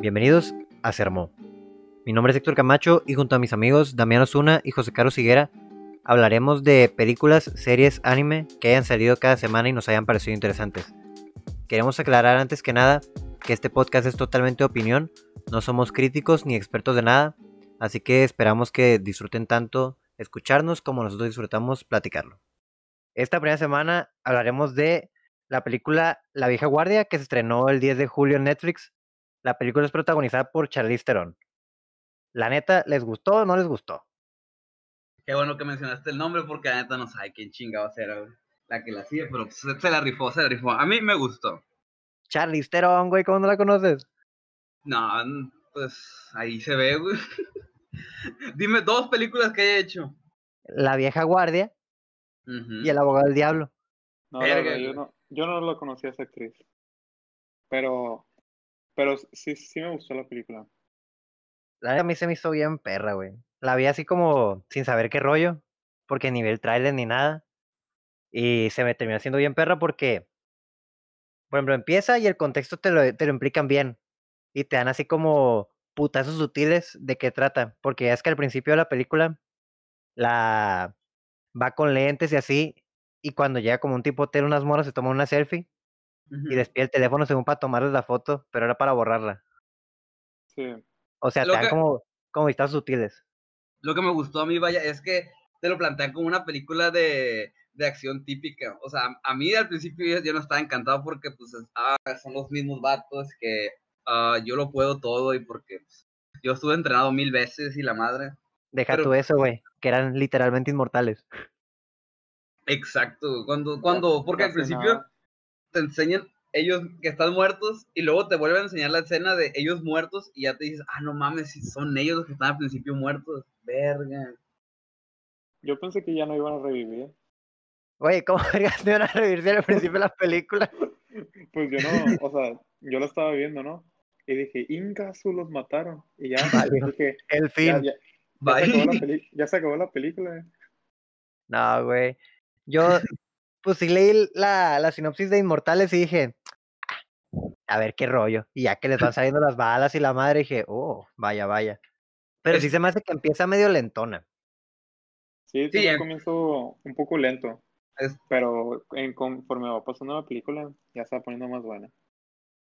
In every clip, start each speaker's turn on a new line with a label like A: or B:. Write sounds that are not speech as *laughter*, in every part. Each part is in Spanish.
A: Bienvenidos a Sermó. Mi nombre es Héctor Camacho y junto a mis amigos Damián Osuna y José Carlos Higuera hablaremos de películas, series, anime que hayan salido cada semana y nos hayan parecido interesantes. Queremos aclarar antes que nada que este podcast es totalmente de opinión, no somos críticos ni expertos de nada, así que esperamos que disfruten tanto escucharnos como nosotros disfrutamos platicarlo. Esta primera semana hablaremos de la película La vieja guardia que se estrenó el 10 de julio en Netflix. La película es protagonizada por Charlize Theron. La neta, ¿les gustó o no les gustó?
B: Qué bueno que mencionaste el nombre porque la neta no sabe quién chingado será güey, la que la sigue, pero pues, se, se la rifó, se la rifó. A mí me gustó.
A: Charlize Theron, güey, ¿cómo no la conoces?
B: No, n- pues ahí se ve, güey. *laughs* Dime dos películas que haya hecho.
A: La vieja guardia
B: Ujú.
A: y El abogado del diablo.
C: No, la
B: Verga,
C: verdad, yo
B: güey.
C: no, yo no lo conocía a esa actriz. Pero, pero sí, sí me gustó la película.
A: La neta a mí se me hizo bien perra, güey. La vi así como sin saber qué rollo, porque ni vi el tráiler ni nada. Y se me terminó haciendo bien perra porque, por ejemplo, empieza y el contexto te lo, te lo implican bien. Y te dan así como putazos sutiles de qué trata. Porque ya es que al principio de la película, la va con lentes y así. Y cuando llega como un tipo hotel, unas moras se toma una selfie.
B: Ujú.
A: Y despide el teléfono según para tomarles la foto, pero era para borrarla.
C: Sí,
A: O sea,
B: Lo
A: te dan
B: que-
A: como, como vistazos sutiles.
B: Lo que me gustó a mí, vaya, es que te lo plantean como una película de, de acción típica. O sea, a mí al principio yo, yo no estaba encantado porque pues es- ah, son los mismos vatos que ah, yo lo puedo todo y porque pues, yo estuve entrenado mil veces y la madre.
A: Deja
B: Pero-
A: tú eso, güey. Que eran literalmente inmortales.
B: Exacto, cuando, cuando, porque al
C: casi
B: principio
C: nada.
B: te enseñan ellos que están muertos y luego te vuelven a enseñar la escena de ellos muertos y ya te dices, ah, no mames, si son ellos los que están al principio muertos, verga.
C: Yo pensé que ya no iban a revivir.
A: Güey, ¿cómo *laughs* vergas te iban a revivir si era al principio de la película?
C: Pues yo no, o sea, yo la estaba viendo, ¿no? Y dije, Incasu los mataron. Y ya,
A: Valió.
C: dije,
A: El
C: ya,
A: fin.
C: ya- ya
B: Bye.
C: se acabó la peli- ya se acabó la película. eh.
A: No, güey. Yo, pues sí leí el- la, la sinopsis de Inmortales y dije, "Ah, a ver qué rollo. Y ya que les van saliendo las balas y la madre, dije, oh, vaya, vaya. Pero sí
B: Es-
A: se me hace que empieza medio lentona.
C: Sí, tiene
B: em-
C: un comienzo un poco lento.
B: Es-
C: Pero en, conforme va pasando la película, ya se va poniendo más buena.
B: *laughs*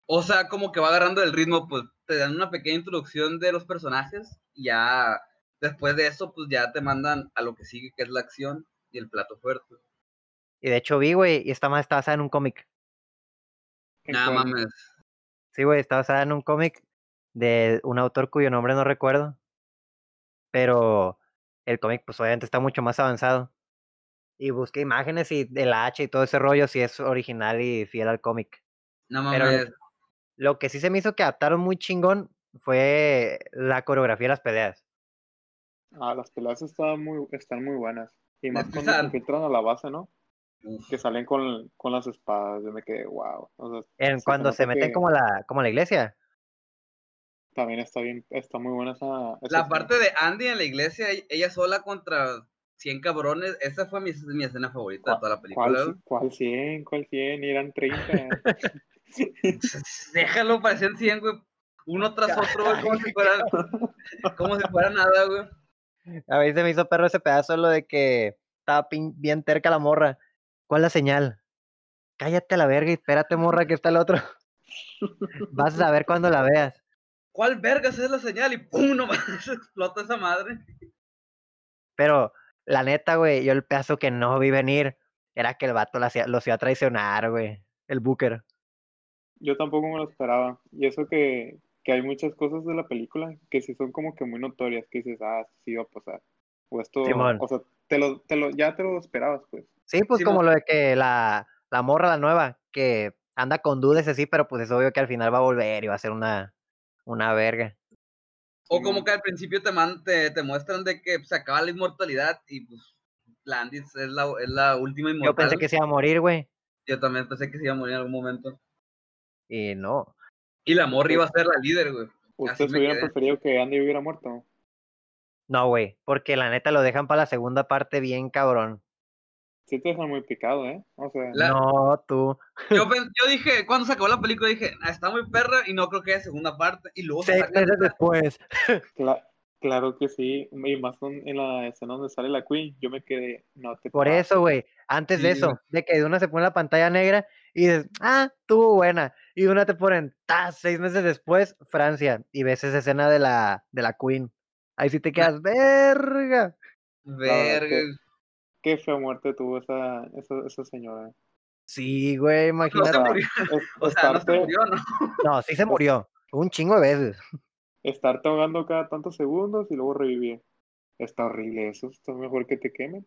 B: O sea, como que va agarrando el ritmo, pues te dan una pequeña introducción de los personajes y ya después de eso, pues ya te mandan a lo que sigue, que es la acción y el plato fuerte.
A: Y de hecho vi, güey, y esta más está basada en un cómic.
B: Nada
C: Entonces,
B: mames.
A: Sí, güey, está basada en un cómic de un autor cuyo nombre no recuerdo. Pero el cómic, pues obviamente está mucho más avanzado. Y busqué imágenes y el hacha y todo ese rollo, si es original y fiel al cómic.
B: No
A: Pero-
B: mames.
A: Lo que sí se me hizo que adaptaron muy chingón fue la coreografía de las peleas.
C: Ah, las peleas están muy, están muy buenas. Y más
B: que
C: cuando se
B: sal-
C: infiltran a la base, ¿no?
B: Uf.
C: Que salen con, con las espadas. Yo me quedé, wow. O sea,
A: En
C: Sí, se
A: cuando se
C: nota
A: meten
C: que-
A: como a la, como a la iglesia.
C: también está bien, está muy buena esa. esa
B: La
C: escena.
B: parte de Andy en la iglesia, e- ella sola contra 100 cabrones, esa fue mi, mi escena favorita de toda la
C: ¿Cuál,
B: película.
C: ci- cuál 100? ¿Cuál 100? Y eran 30.
B: *laughs* Déjalo, parecían 100, güey. Uno tras otro, güey, como si fueran, como si fuera nada, güey.
A: A mí se me hizo perro ese pedazo lo de que estaba pin- bien terca la morra. ¿Cuál la señal? Cállate a la verga y espérate, morra, que está el otro. *laughs* Vas a ver cuando la veas.
B: ¿Cuál vergas es la señal? Y pum, *laughs* nomás explota esa madre.
A: Pero la neta, güey, yo el pedazo que no vi venir era que el vato la hacía- los iba a traicionar, güey. El Booker.
C: Yo tampoco me lo esperaba. Y eso que, que hay muchas cosas de la película que sí son como que muy notorias. Que dices, ah, sí va a pasar. O esto.
A: Simón.
C: O sea, te lo, te lo, ya te lo esperabas, pues.
A: Sí, pues
B: Sí,
A: como
B: mo-
A: lo de que la, la morra, la nueva, que anda con dudas así, pero pues es obvio que al final va a volver y va a ser una, una verga.
B: O
C: Sí,
B: como
C: mon.
B: que al principio te, man- te, te muestran de que pues, se acaba la inmortalidad y pues la Andy es la, es la última
A: Yo
B: inmortal.
A: pensé que se iba a morir, güey.
B: Yo también pensé que se iba a morir en algún momento.
A: Y no.
B: Y la morra iba a ser la líder, güey. Así
C: ¿Ustedes
B: me
C: hubieran
B: quedé.
C: preferido que Andy hubiera muerto?
A: No, güey. Porque la neta lo dejan para la segunda parte bien cabrón.
C: Sí te dejan muy picado, ¿eh? O sea,
B: La-
A: No, tú.
B: Yo, pen- yo dije, cuando se acabó la película, dije, "Ah, está muy perra y no creo que haya segunda parte. Y luego se
A: Seis
B: sacan-
A: meses después.
C: cla- claro que sí. Y más con- en la escena donde sale la Queen, yo me quedé, no te
A: Por
C: pases.
A: eso, güey. Antes de
B: Ah. Sí,
A: eso,
B: güey.
A: de que de una se pone la pantalla negra y dices, ah, estuvo buena. Y de una te ponen, ta, seis meses después, Francia. Y ves esa escena de la, de la Queen. Ahí sí te quedas, verga.
B: Verga.
C: ok. Qué fea muerte tuvo esa, esa, esa señora.
A: Sí, güey,
B: No se
A: imagínate.
B: murió.
C: Es-
B: *laughs* O sea, no se
A: pues,
C: estarte-
B: murió, ¿no?
A: No, sí se murió. Un chingo de veces.
C: estarte ahogando cada tantos segundos y luego revivir. Está horrible eso, está mejor que te quemen.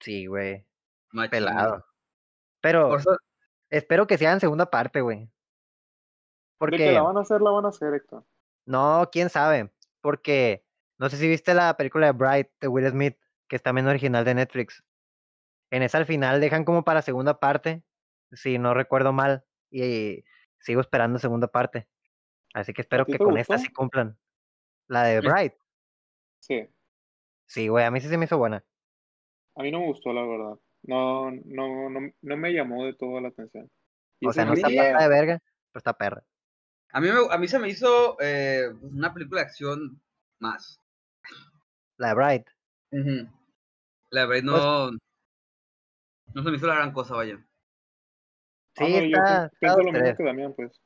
A: Sí, güey.
B: Machín.
A: Pelado. Pero
B: Por eso-
A: espero que sea en segunda parte, güey.
C: De
A: Porque.
C: que la van a hacer, la van a hacer, Héctor.
A: No, quién sabe. Porque no sé si viste la película de Bright de Will Smith, que es también original de Netflix. En esa al final dejan como para segunda parte, si no recuerdo mal. Y sigo esperando segunda parte. Así que espero
C: ti
A: que
C: te
A: con esta
C: gustó?
A: sí cumplan. La de
B: Sí.
A: Bright.
C: Sí,
A: Sí, güey, a mí sí se me hizo buena.
C: a mí no me gustó, la verdad. No, no, no, no me llamó de todo la atención. Y
A: O
C: eso
A: sea, no
C: que
A: está
B: sí,
A: perra
C: la-
A: de verga, pero está perra.
B: a, mí me- a mí se me hizo eh, pues, una película de acción más.
A: La de Bright.
B: Ujú. La verdad, no.
A: Pues
B: No se me hizo la gran cosa, vaya.
C: Ah,
A: Sí,
C: no,
A: está.
C: yo pi-
A: está
C: pienso
A: dos,
C: lo mismo
A: tres.
C: que Damián, pues.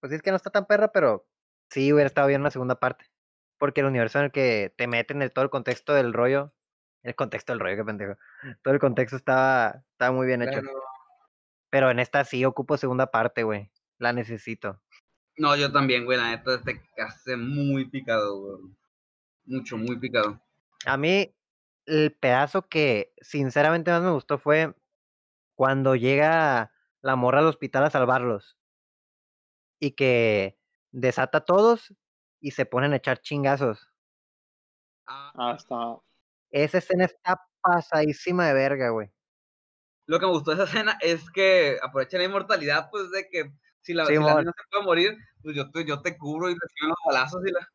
A: Pues sí, es que no está tan perra, pero sí hubiera estado bien una segunda parte. Porque el universo en el que te meten el, todo el contexto del rollo, el contexto del rollo, qué pendejo. Todo el contexto estaba, estaba muy bien hecho.
B: Claro.
A: Pero en esta sí ocupo segunda parte, güey. La necesito.
B: No, yo también, güey, la neta, te hace muy picado, güey. Mucho, muy picado.
A: A mí, el pedazo que sinceramente más me gustó fue cuando llega la morra al hospital a salvarlos. Y que desata a todos y se ponen a echar chingazos.
B: Ah,
C: Ah, está.
A: Esa escena está pasadísima de verga, güey.
B: Lo que me gustó de esa escena es que aprovecha la inmortalidad, pues, de que si la, si la
A: Simón.
B: mina se puede morir, pues yo te, yo te cubro y recibo los balazos y la...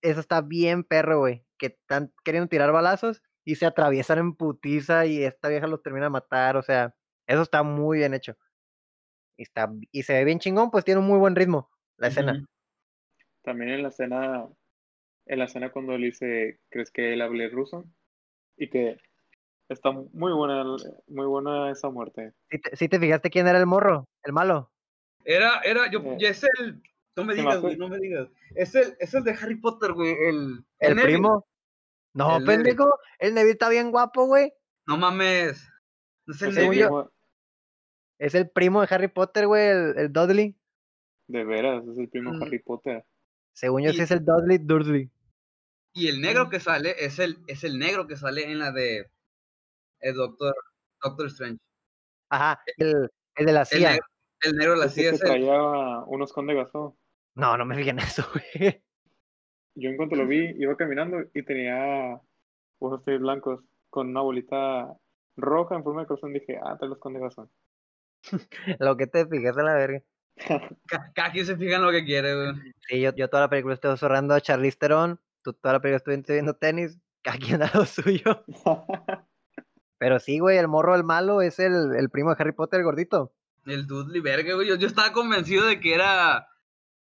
A: Eso está bien perro, güey. Que están queriendo tirar balazos y se atraviesan en putiza y esta vieja los termina de matar. O sea, eso está muy bien hecho. Y, está, bi- y se ve bien chingón, pues tiene un muy buen ritmo la escena.
B: Ujú.
C: También en la escena, en la escena cuando él dice, ¿crees que él hable ruso? Y que está muy buena, muy buena esa muerte.
A: Si te, sí te fijaste quién era el morro, el malo.
B: Era, era, yo,
C: Eh,
B: y es el... No me
C: se me
B: digas,
C: hace-
B: güey, no me digas. Es el, es el de Harry Potter, güey, el...
A: El,
B: Neville.
A: primo. No,
B: El Neville.
A: pendejo. El Neville está bien guapo, güey.
B: No mames. No sé, el
A: Ese
C: Ese
A: güey
B: Neville.
A: yo-
C: primo-
A: Es el primo de Harry Potter, güey, el, el Dudley.
C: De veras, es el primo
B: Mm.
C: Harry Potter.
A: Según yo,
B: Y-
A: sí es el Dudley Dursley.
B: Y el negro que sale es el, es el negro que sale en la de el Doctor, Doctor Strange.
A: Ajá, el, el de la
B: e El,
A: CIA.
B: negro, el negro de la
C: Ese
B: CIA
C: que
B: es el.
C: traía unos conde gasó.
A: No, no me fijé en eso, *laughs* güey.
C: Yo en cuanto lo vi, iba caminando y tenía unos tenis blancos con una bolita roja en forma de corazón. Dije, ah, trae los conde gasó.
A: Lo que te fijaste a la verga.
B: ca- Cada quien se fija en lo que quiere, güey.
A: Sí, yo, yo toda la película estoy zorrando a Charlize Theron, tú toda la película estuviste viendo tenis, *laughs* cada quien a lo suyo. Pero sí, güey, el morro el malo es el, el primo de Harry Potter, el gordito.
B: El Dudley, verga, güey. Yo, yo estaba convencido de que era.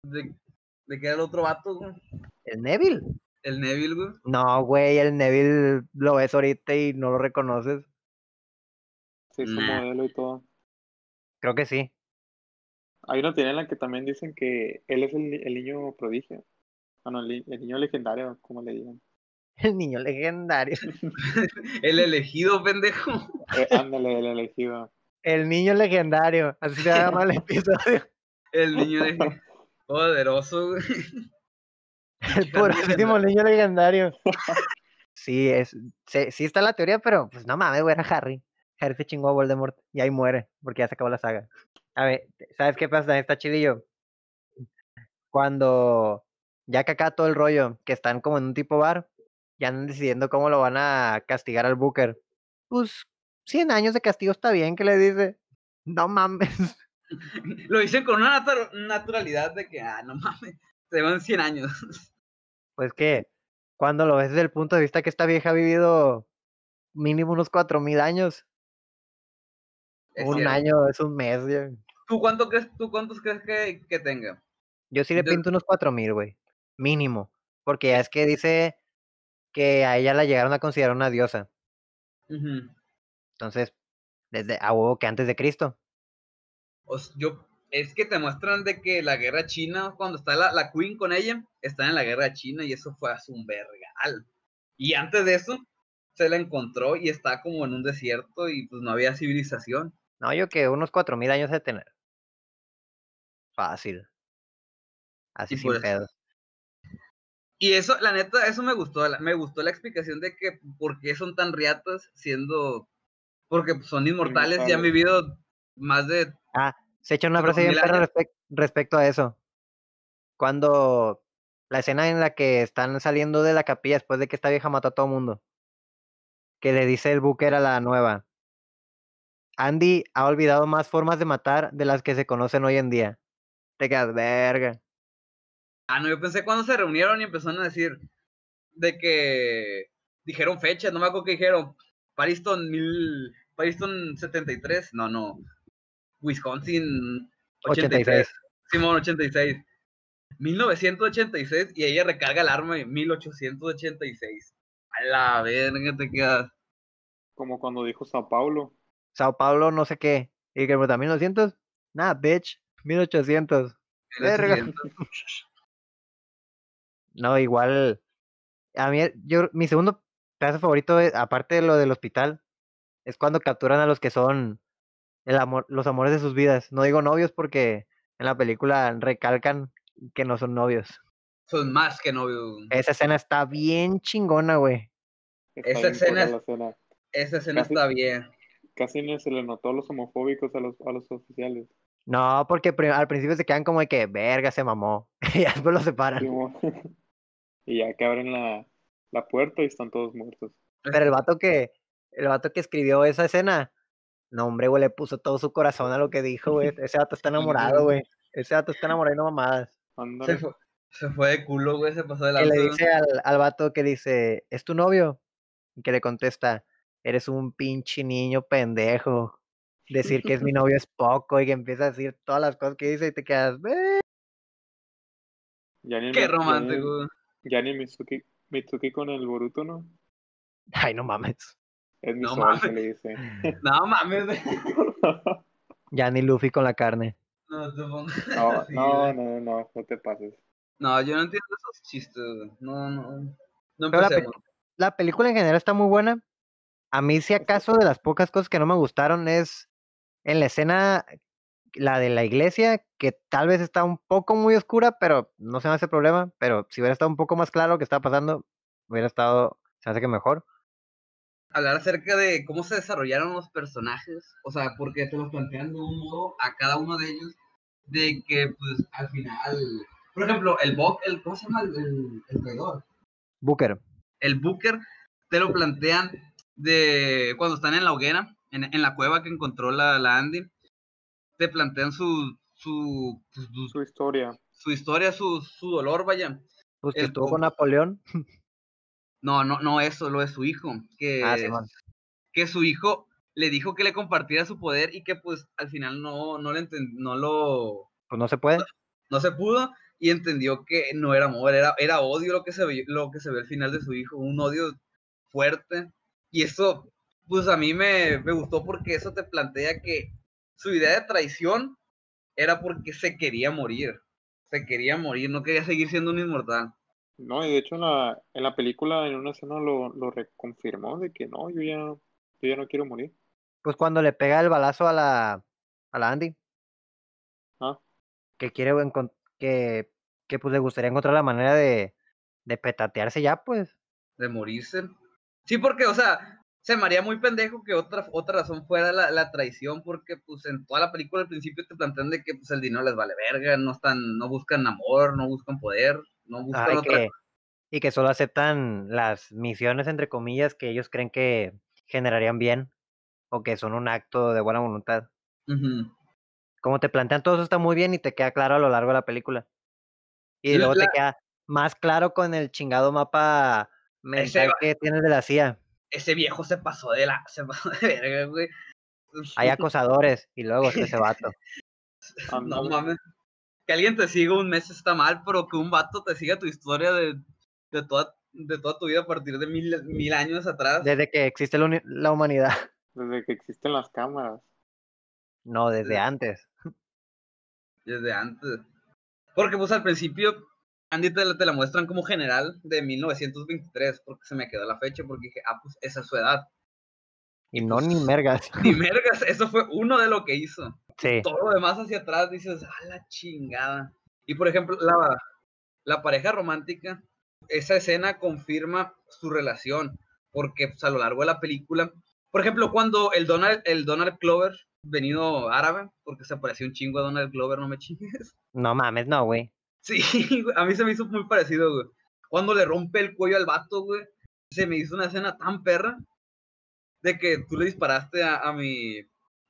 B: De, de que era el otro vato, güey.
A: ¿El Neville?
B: El Neville, güey.
A: No, güey, el Neville lo ves ahorita y no lo reconoces.
C: *laughs* Sí, es un
B: Nah.
C: modelo y todo.
A: Creo que sí. *laughs*
C: Hay una teoría en la que también dicen que él es el, ni- el niño prodigio. Ah, no, el, ni- el niño legendario, como le digan.
A: El niño legendario.
B: El elegido, pendejo. *laughs*
C: Eh, ándale, el elegido.
A: El niño legendario. Así se llama el episodio.
B: El niño elegido.
A: *laughs*
B: Poderoso, güey.
A: El *laughs* poderosísimo niño legendario. *laughs* Sí, es, sí, sí está la teoría, pero pues no mames, güey, era Harry. Harry se chingó a Voldemort y ahí muere, porque ya se acabó la saga. A ver, ¿sabes qué pasa? Está chidillo. Cuando ya que acá todo el rollo, que están como en un tipo bar, ya andan decidiendo cómo lo van a castigar al Booker. Pues 100 años de castigo está bien, que le dice? No mames.
B: Lo dicen con una natu- naturalidad de que, ah, no mames. Se van 100 años.
A: Pues que cuando lo ves desde el punto de vista que esta vieja ha vivido mínimo unos 4000 años.
B: Es
A: un
B: cierto.
A: año es un mes, güey.
B: ¿Tú, cuánto crees, ¿Tú cuántos crees que, que tenga?
A: Yo sí le
B: Yo-
A: pinto unos 4000, güey. Mínimo. Porque ya es que dice que a ella la llegaron a considerar una diosa.
B: Ujú.
A: Entonces, desde a huevo que antes de Cristo.
B: O s- yo, es que te muestran de que la guerra china, cuando está la, la Queen con ella, están en la guerra china y eso fue hace un vergal. Y antes de eso, se la encontró y está como en un desierto y pues no había civilización.
A: No, yo que unos 4000 años de tener. Fácil. Así
B: Y
A: sin
B: por eso-
A: pedos.
B: Y eso, la neta, eso me gustó, la- me gustó la explicación de que por qué son tan riatas siendo, porque pues, son inmortales y han
C: Inmortales.
B: vivido más de...
A: Se echa una
B: Pero
A: frase bien
B: mil
A: perra
B: años.
A: respec- respecto a eso. Cuando la escena en la que están saliendo de la capilla después de que esta vieja mató a todo mundo. Que le dice el Booker a la nueva. Andy ha olvidado más formas de matar de las que se conocen hoy en día. Te quedas verga.
B: Ah, no, yo pensé cuando se reunieron y empezaron a decir de que dijeron fecha, no me acuerdo qué dijeron. Pariston mil, Pariston 73, no, no. Wisconsin
A: 86.
B: 86. Simón 86. 1986 y ella recarga el arma en 1886. A la verga te quedas.
C: Como cuando dijo Sao Paulo.
A: Sao Paulo, no sé qué. Y que pues, ¿verdad? 1900. Nah, bitch. 1800.
B: en ese
A: Verga.
B: siguiente.
A: No, igual. A mí, eh, yo, mi segundo pedazo favorito, eh, aparte de lo del hospital, es cuando capturan a los que son el amor, los amores de sus vidas. No digo novios porque en la película recalcan que no son novios.
B: Son más que novios.
A: Esa escena está bien chingona, güey.
C: Está
B: Esa
C: bien
B: escena
C: perra
B: es-
C: la escena.
B: Esa escena
C: casi-
B: está bien.
C: Casi no se le notó a los homofóbicos, a los, a los oficiales.
A: No, porque pri- al principio se quedan como de que, verga, se mamó. *laughs* y después lo separan.
C: Simón. *laughs* y ya que abren la, la puerta y están todos muertos.
A: Pero el vato que, el vato que escribió esa escena, no hombre, güey, le puso todo su corazón a lo que dijo, güey. Ese vato está enamorado, güey. Ese vato está enamorado y no mamadas.
B: Se
C: Ándale.
B: fue, se fue de culo, güey, se pasó de
A: que
B: la
A: le dice al, al vato que dice, ¿es tu novio? Y que le contesta, eres un pinche niño pendejo. Decir que es mi novio es poco y que empieza a decir todas las cosas que dice y te quedas, "Ve".
C: Ya ni
B: Qué
C: mi- ya ni-
B: romántico.
C: Ya ni Mitsuki, Mitsuki con el Boruto, ¿no?
A: ay, no mames.
C: Es mi
B: No
C: sol, que
B: mames.
C: le
B: *laughs*
C: dice. *laughs*
B: No mames, güey.
A: Ya ni Luffy con la carne.
B: No, te pongas
C: No,
B: así,
C: no,
B: güey.
C: no, no, no te pases.
B: *laughs* No, yo no entiendo esos chistes, güey. No, no. No
A: Pero la pe-
B: empecemos.
A: La película en general está muy buena. A mí, si acaso, de las pocas cosas que no me gustaron es en la escena, la de la iglesia, que tal vez está un poco muy oscura, pero no se me hace problema. Pero si hubiera estado un poco más claro lo que estaba pasando, hubiera estado, se me hace que mejor.
B: Hablar acerca de cómo se desarrollaron los personajes. O sea, porque te los plantean de un modo a cada uno de ellos. De que, pues, al final. Por ejemplo, el Bob, el, ¿cómo se llama? El, el, el traidor.
A: Booker.
B: el Booker te lo plantean de cuando están en la hoguera, en, en la cueva que encontró la, la Andy, te plantean su, su, pues, su,
C: Su historia.
B: su historia, su, su dolor, vaya.
A: Pues que
B: El
A: estuvo con
B: Booker.
A: Napoleón.
B: No, no, no eso, lo de su hijo, que,
A: Ah, Simón.
B: que su hijo le dijo que le compartiera su poder y que pues al final no, no, le enten- no lo,
A: Pues no se puede.
B: no se pudo y entendió que no era amor, era, era odio lo que se ve, lo que se ve al final de su hijo, un odio fuerte. Y eso, pues a mí me, me gustó porque eso te plantea que su idea de traición era porque se quería morir. Se quería morir, no quería seguir siendo un inmortal.
C: No, y de hecho en la, en la película, en una escena lo, lo reconfirmó de que no, yo ya, yo ya no
B: *laughs*
C: quiero morir.
A: Pues cuando le pega el balazo a la, a la Andy.
C: Ah.
A: Que quiere encon- que, que pues le gustaría encontrar la manera de, de petatearse ya, pues.
B: de morirse. Sí, porque, o sea, se me haría muy pendejo que otra, otra razón fuera la, la traición, porque pues en toda la película al principio te plantean de que pues el dinero les vale verga, no están, no buscan amor, no buscan poder, no buscan
A: Ajá, y,
B: otra
A: que, y que solo aceptan las misiones, entre comillas, que ellos creen que generarían bien o que son un acto de buena voluntad.
B: Ujú.
A: Como te plantean todo eso está muy bien y te queda claro a lo largo de la película. Y
B: Sí,
A: luego
B: la-
A: te queda más claro con el chingado mapa mental que tienes de la CIA.
B: ese viejo se pasó de la. Se pasó de verga, güey. *laughs*
A: Hay acosadores y luego está ese vato.
B: No
C: Ándale.
B: mames. Que alguien te siga un mes está mal, pero que un vato te siga tu historia de, de, toda, de toda tu vida a partir de mil, mil años atrás.
A: Desde que existe la, uni- la humanidad. *laughs*
C: Desde que existen las cámaras.
A: No, desde antes.
B: Desde antes. Porque pues al principio Andy te la, te la muestran como general de 1923, porque se me quedó la fecha, porque dije, ah, pues esa es su edad.
A: Y no
B: *laughs*
A: ni mergas.
B: Y mergas, eso fue uno de lo que hizo.
A: *laughs* Sí.
B: Todo lo demás hacia atrás dices, ah, la chingada. Y por ejemplo, la, la pareja romántica, esa escena confirma su relación, porque pues, a lo largo de la película, por ejemplo, cuando el Donald, el Donald Glover, venido árabe, porque se parecía un chingo a Donald Glover, no me chingues.
A: No mames, no, güey.
B: Sí, *laughs* güey, a mí se me hizo muy parecido, güey. Cuando le rompe el cuello al vato, güey, se me hizo una escena tan perra de que tú le disparaste a, a mi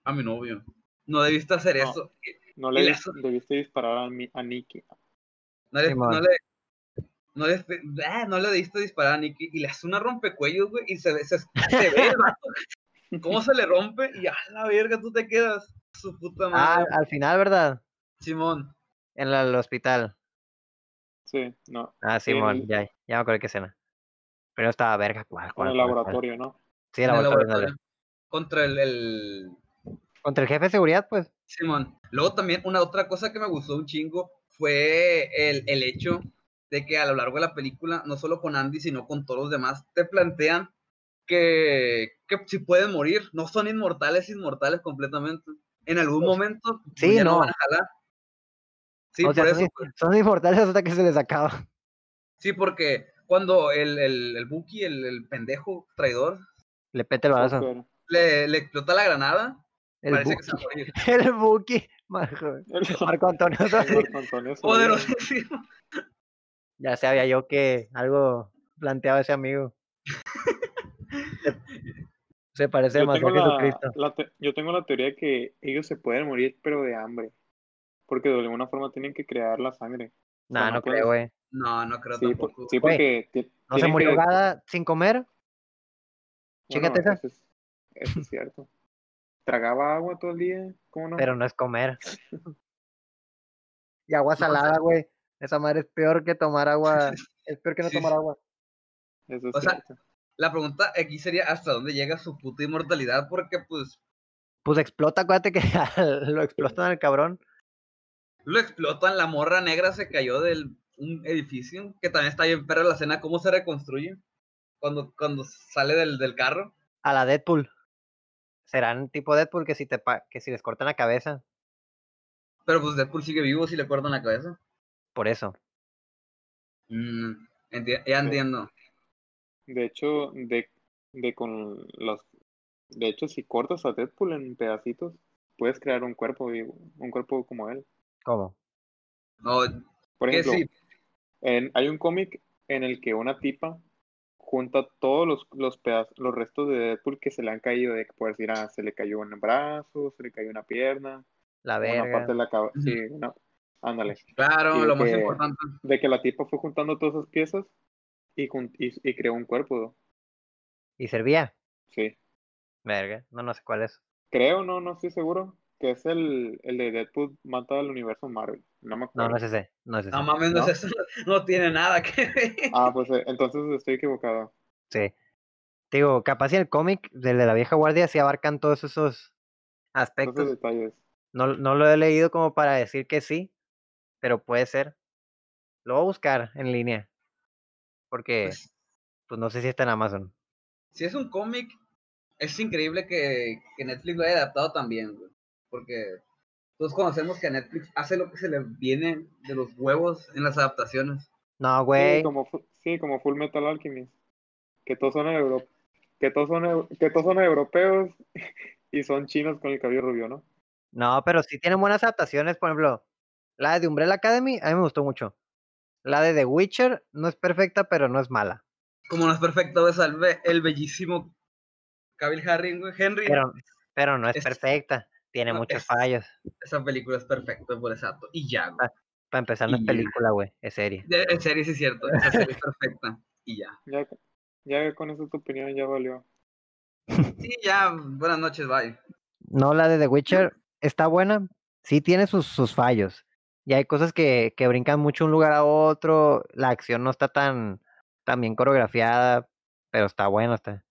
B: a mi novio. No debiste hacer
C: No.
B: eso.
C: No
B: Y
C: le
B: la-
C: dis- debiste disparar a, mi, a Nicky.
B: No le, no
A: Simón.
B: le, no le, ah, no le diste disparar a Nicky y le hace una rompecuellos, güey, y se, ve- se, se ve
A: *laughs*
B: el vato, cómo se le rompe y a la verga tú te quedas. Su puta
A: Ah,
B: madre,
A: al final, ¿verdad?
B: Simón.
A: En la- el hospital.
C: Sí, no.
A: Ah,
C: Sí, en
A: Simón,
C: el-
A: ya, ya me acuerdo qué escena. Pero estaba verga, ¿cuál?
C: En
A: cuál,
C: el
A: cuál, cuál?
C: laboratorio, ¿no?
A: Sí, el
B: en el
A: laboratorio.
B: laboratorio, Contra el- el,
A: ándale. Contra el jefe de seguridad, pues.
B: Simón. Luego también una otra cosa que me gustó un chingo fue el, el hecho de que a lo largo de la película, no solo con Andy, sino con todos los demás, te plantean que, que si pueden morir, no son inmortales, inmortales completamente. En algún momento pues,
A: Sí,
B: ya
A: no.
B: van a jalar. Sí,
A: o
B: por
A: sea,
B: eso.
A: son, son inmortales hasta que se les acaba. *laughs*
B: Sí, porque cuando el, el, el Buki, el, el pendejo traidor,
A: Le pete el balazo.
C: Súper. *laughs*
B: le, le explota la granada,
A: El
B: parece que se
A: buki.
B: va a morir.
A: *laughs* El buki. *laughs*
C: *laughs*
A: Marco, Marco Antonio.
C: El
A: Solís.
C: Marco Antonio
A: *laughs*
C: Solís.
B: Poderosísimo.
A: ya sabía yo que algo planteaba ese amigo. Se- Se parece
C: Yo tengo,
A: demasiado a
C: la,
A: Jesucristo.
C: la te- yo tengo la teoría de que ellos se pueden morir, pero de hambre. Porque de alguna forma tienen que crear la sangre.
A: No,
C: sea, no
A: no creo,
C: puedes-
A: güey.
B: No, no creo
C: Sí, por-
B: tampoco.
C: sí,
A: Güey,
C: porque. ti-
A: No se
C: tienen
A: murió
C: que-
A: Gada sin comer. Chécate esa.
C: Eso es, eso es cierto. Tragaba agua todo el día, ¿cómo no?
A: Pero no es comer. Y agua
B: No, o sea-
A: salada, güey. Esa madre es peor que tomar
B: *laughs*
A: agua. Es peor que no
B: Sí,
A: tomar
B: sí.
A: agua.
C: Eso es
B: o sea,
C: cierto.
B: La pregunta aquí sería hasta dónde llega su puta inmortalidad, porque pues
A: Pues explota, acuérdate que *laughs* lo explotan al cabrón.
B: lo explotan, la morra negra se cayó del un edificio, que también está bien perra la escena, cómo se reconstruye cuando, cuando sale del, del carro.
A: A la Deadpool. Serán tipo Deadpool que si te pa- que si les cortan la cabeza.
B: Pero pues Deadpool sigue vivo si le cortan la cabeza.
A: Por eso.
B: Mm, enti- ya entiendo.
C: De hecho, de, de con los. De hecho, si cortas a Deadpool en pedacitos, puedes crear un cuerpo vivo, un cuerpo como él.
A: ¿Cómo?
B: No,
C: Por
B: que
C: ejemplo,
B: sí,
C: en- hay un cómic en el que una tipa junta todos los, los pedazos, los restos de Deadpool que se le han caído, de que por decir, ah, se le cayó un brazo, se le cayó una pierna,
A: La
C: una
A: verga.
C: parte de la cabeza, sí, una- ándale.
B: claro,
C: y
B: lo más
C: que-
B: importante.
C: De que la tipa fue juntando todas esas piezas y, jun- y, y creó un cuerpo,
A: ¿Y servía?
C: sí.
A: Verga. No, no sé cuál es.
C: Creo, no, no estoy seguro, que es el, el de Deadpool mata al universo Marvel, no me
A: No,
C: acuerdo.
A: no es ese. No es ese.
B: No mames, no,
C: ¿no?
B: es eso, no tiene nada que ver.
C: Ah, pues eh, entonces estoy equivocado.
A: Sí. Te Digo, capaz si el cómic del de la vieja guardia sí abarcan todos esos
C: Esos
A: aspectos.
C: detalles.
A: No, no lo he leído como para decir que sí, pero puede ser. Lo voy a buscar en línea. Porque,
B: Pues,
A: pues no sé si está en Amazon.
B: si es un cómic, es increíble que, que Netflix lo haya adaptado también, güey. Porque todos conocemos que Netflix hace lo que se le viene de los huevos en las adaptaciones.
A: No,
C: Sí,
A: güey.
C: como, fu- sí, como Full Metal Alchemist. Que todos son euro- que todos son eu- que todos son europeos *laughs* y son chinos con el cabello rubio, ¿no?
A: No, pero sí tienen buenas adaptaciones. Por ejemplo, la de Umbrella Academy a mí me gustó mucho. La de The Witcher no es perfecta, pero no es mala.
B: Como no es perfecto, ves al be- el bellísimo Kabil Harry, güey, Henry.
A: Pero, pero no es
B: Es-
A: perfecta. Tiene
B: no,
A: muchos
B: es-
A: fallos.
B: Esa película es perfecta por exacto. Y ya, güey.
A: Para empezar, no es
B: Y-
A: película, güey. Es serie.
B: De- En serio, sí es cierto. Esa serie es perfecta. Y ya.
C: Ya, ya con esa tu opinión ya valió.
B: Sí, ya, buenas noches, bye.
A: No, la de The Witcher está buena. Sí tiene sus, sus fallos. Y hay cosas que, que brincan mucho de un lugar a otro. La acción no está tan, tan bien coreografiada, pero está bueno. Está.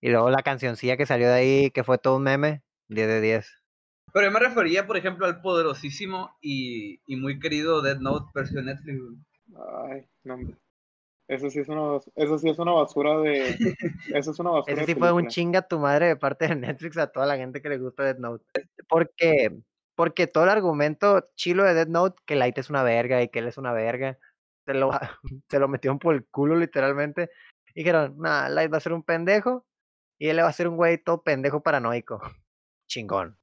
A: Y luego la cancioncilla que salió de ahí, que fue todo un meme, 10 de 10.
B: Pero yo me refería, por ejemplo, al poderosísimo y, y muy querido Dead Note versión Netflix. güey.
C: Ay, no. hombre. Eso sí es una, bas- eso sí es una basura de.
A: *laughs*
C: Eso es una basura
A: Ese
C: de
A: sí fue un
C: película.
A: chinga tu madre de parte de Netflix a toda la gente que le gusta Death Note. Porque, porque todo el argumento chilo de Death Note, que Light es una verga y que él es una verga, se lo, *laughs* se lo metieron por el culo literalmente. Y dijeron, nah, Light va a ser un pendejo y él va a ser un güey todo pendejo paranoico. *laughs* Chingón.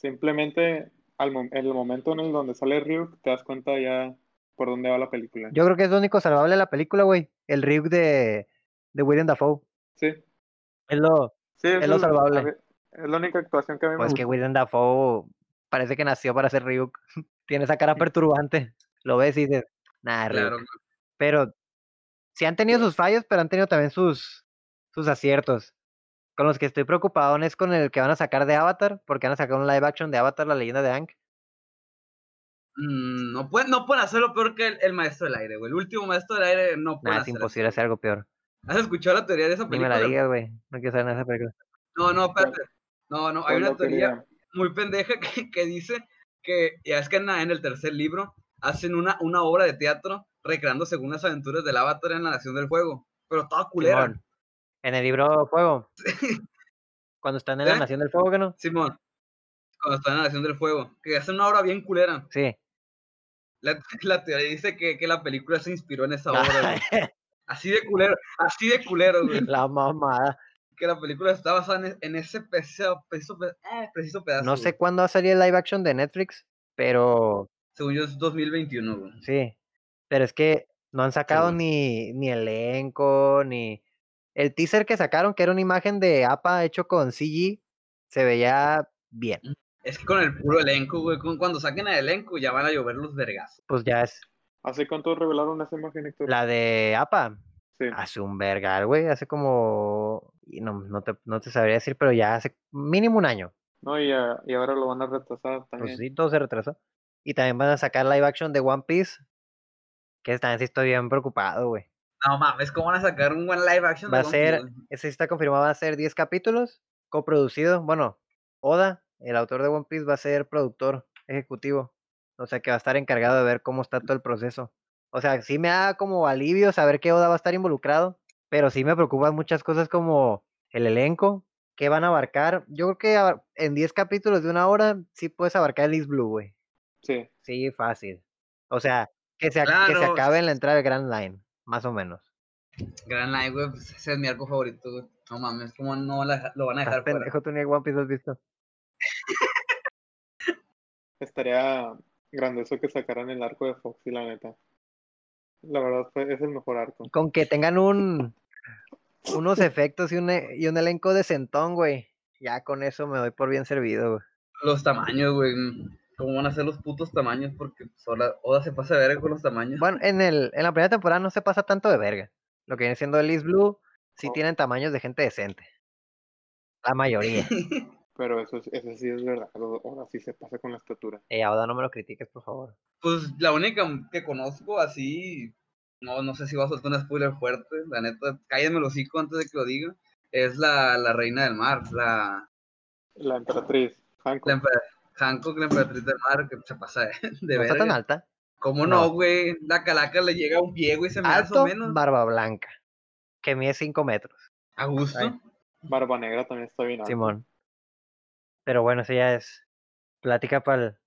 C: Simplemente al mom- en el momento en el donde sale Ryuk, te das cuenta ya por dónde va la película.
A: Yo creo que es lo único salvable de la película, güey. El Ryuk de, de William Dafoe.
C: Sí,
A: Es lo,
C: sí, eso
A: lo salvable.
C: a ver, Es la única actuación que a mí me
A: Pues que
C: gustó.
A: William Dafoe parece que nació para ser Ryuk. *laughs* Tiene esa cara perturbante. Lo ves y dices, nah, Ryuk".
B: Claro.
A: Pero sí han tenido sus fallos, pero han tenido también sus, sus aciertos. Con los que estoy preocupado es con el que van a sacar de Avatar, porque van a sacar un live action de Avatar, la leyenda de Aang.
B: Mm, No pueden, no pueden hacerlo peor que el, el maestro del aire, güey. El último maestro del aire no puede
A: Nada, es imposible hacer algo peor.
B: ¿Has escuchado la teoría de esa
A: Ni me
B: película?
A: la digas, güey. No quiero saber nada de esa película.
B: No, no, espérate. No, no, hay
C: Pues
B: una
C: no
B: teoría
C: quería.
B: muy pendeja que, que dice que, ya es que en, la- en el tercer libro hacen una, una obra de teatro recreando según las aventuras del Avatar en la Nación del Fuego. Pero toda culera.
A: Simón, en el libro
B: *laughs*
A: Fuego. Cuando están en la
B: ¿Eh?
A: Nación del Fuego, ¿que no?
B: Simón, cuando está en la Nación del Fuego, que hace una obra bien culera.
A: Sí.
B: La, la teoría dice que, que la película se inspiró en esa obra. güey. Así de culero, así de culero,
A: *laughs*
B: güey.
A: la mamada.
B: Que la película está basada en, en ese preciso, preciso pe- eh, preciso pedazo.
A: No
B: güey.
A: sé cuándo va a salir el live action de Netflix, pero
B: Según yo es 2021, güey.
A: sí. Pero es que no han sacado
B: güey.
A: ni, ni elenco, ni. El teaser que sacaron, que era una imagen de APA hecho con CG, se veía bien.
B: Es que con el puro elenco, güey. con- cuando saquen el elenco ya van a llover los vergazos.
A: Pues ya es
C: ¿Hace cuánto revelaron esa imagen, Héctor?
A: la de APA.
C: Sí.
A: Hace un vergal, güey. Hace como. y No, no, te, no te sabría decir, pero ya hace mínimo un año.
C: No, y, a- y ahora lo van a retrasar
A: Pues
C: también.
A: sí, todo se retrasó. Y también van a sacar live action de One Piece. Que también sí estoy bien preocupado, güey.
B: No mames, ¿cómo van a sacar un buen live action? de
A: Va a
B: One Piece,
A: ser-
B: güey?
A: Ese está confirmado, va a ser 10 capítulos, coproducido. Bueno, Oda, el autor de One Piece, va a ser productor ejecutivo. O sea, que va a estar encargado de ver cómo está todo el proceso. O sea, sí me da como alivio saber que Oda va a estar involucrado, pero sí me preocupan muchas cosas como el elenco, qué van a abarcar. Yo creo que abar- en 10 capítulos de una hora sí puedes abarcar el East Blue, güey.
C: Sí.
A: Sí, fácil. O sea, que se, ac- que se
B: Claro.
A: acabe en la entrada del Grand Line, más o menos.
B: Gran Live, güey. pues, ese es mi arco favorito, güey. No mames, ¿cómo no la deja- lo van a
A: Estás
B: dejar fuera?
A: pendejo, tú ni One Piece has visto.
C: Estaría grandioso que sacaran el arco de Foxy, la neta. La verdad, fue- es el mejor arco.
A: Con que tengan un unos efectos y un, e- y un elenco de centón, güey. Ya con eso me doy por bien servido, güey.
B: Los tamaños, güey. mm, ¿Cómo van a ser los putos tamaños? Porque pues, Oda, Oda se pasa de verga con los tamaños.
A: Bueno, en, el, en la primera temporada no se pasa tanto de verga. Lo que viene siendo el East Blue, sí
C: Oh.
A: tienen tamaños de gente decente. La
B: *laughs*
A: mayoría.
C: Pero eso, es- eso sí es verdad. lo- Ahora sí se pasa con la estatura.
A: Eh, ahora no me lo critiques, por favor.
B: Pues la única que conozco así, no, no sé si va a soltar un spoiler fuerte, la neta, cállenme los hocico antes de que lo diga, es la, la reina del mar, la,
C: La emperatriz. Hancock.
B: la empera- Hancock, la emperatriz del mar, que se pasa de, *laughs* de
A: No está tan
B: verga.
A: alta.
B: ¿Cómo
A: no.
B: no, güey? La calaca le llega a un pie, güey, se me hace
A: Alto,
B: menos.
A: barba blanca. Que mide 5 metros,
B: A gusto.
A: Ay.
C: Barba Negra también está
B: Ah.
C: bien. alta.
A: Simón. Pero bueno, eso ya es plática para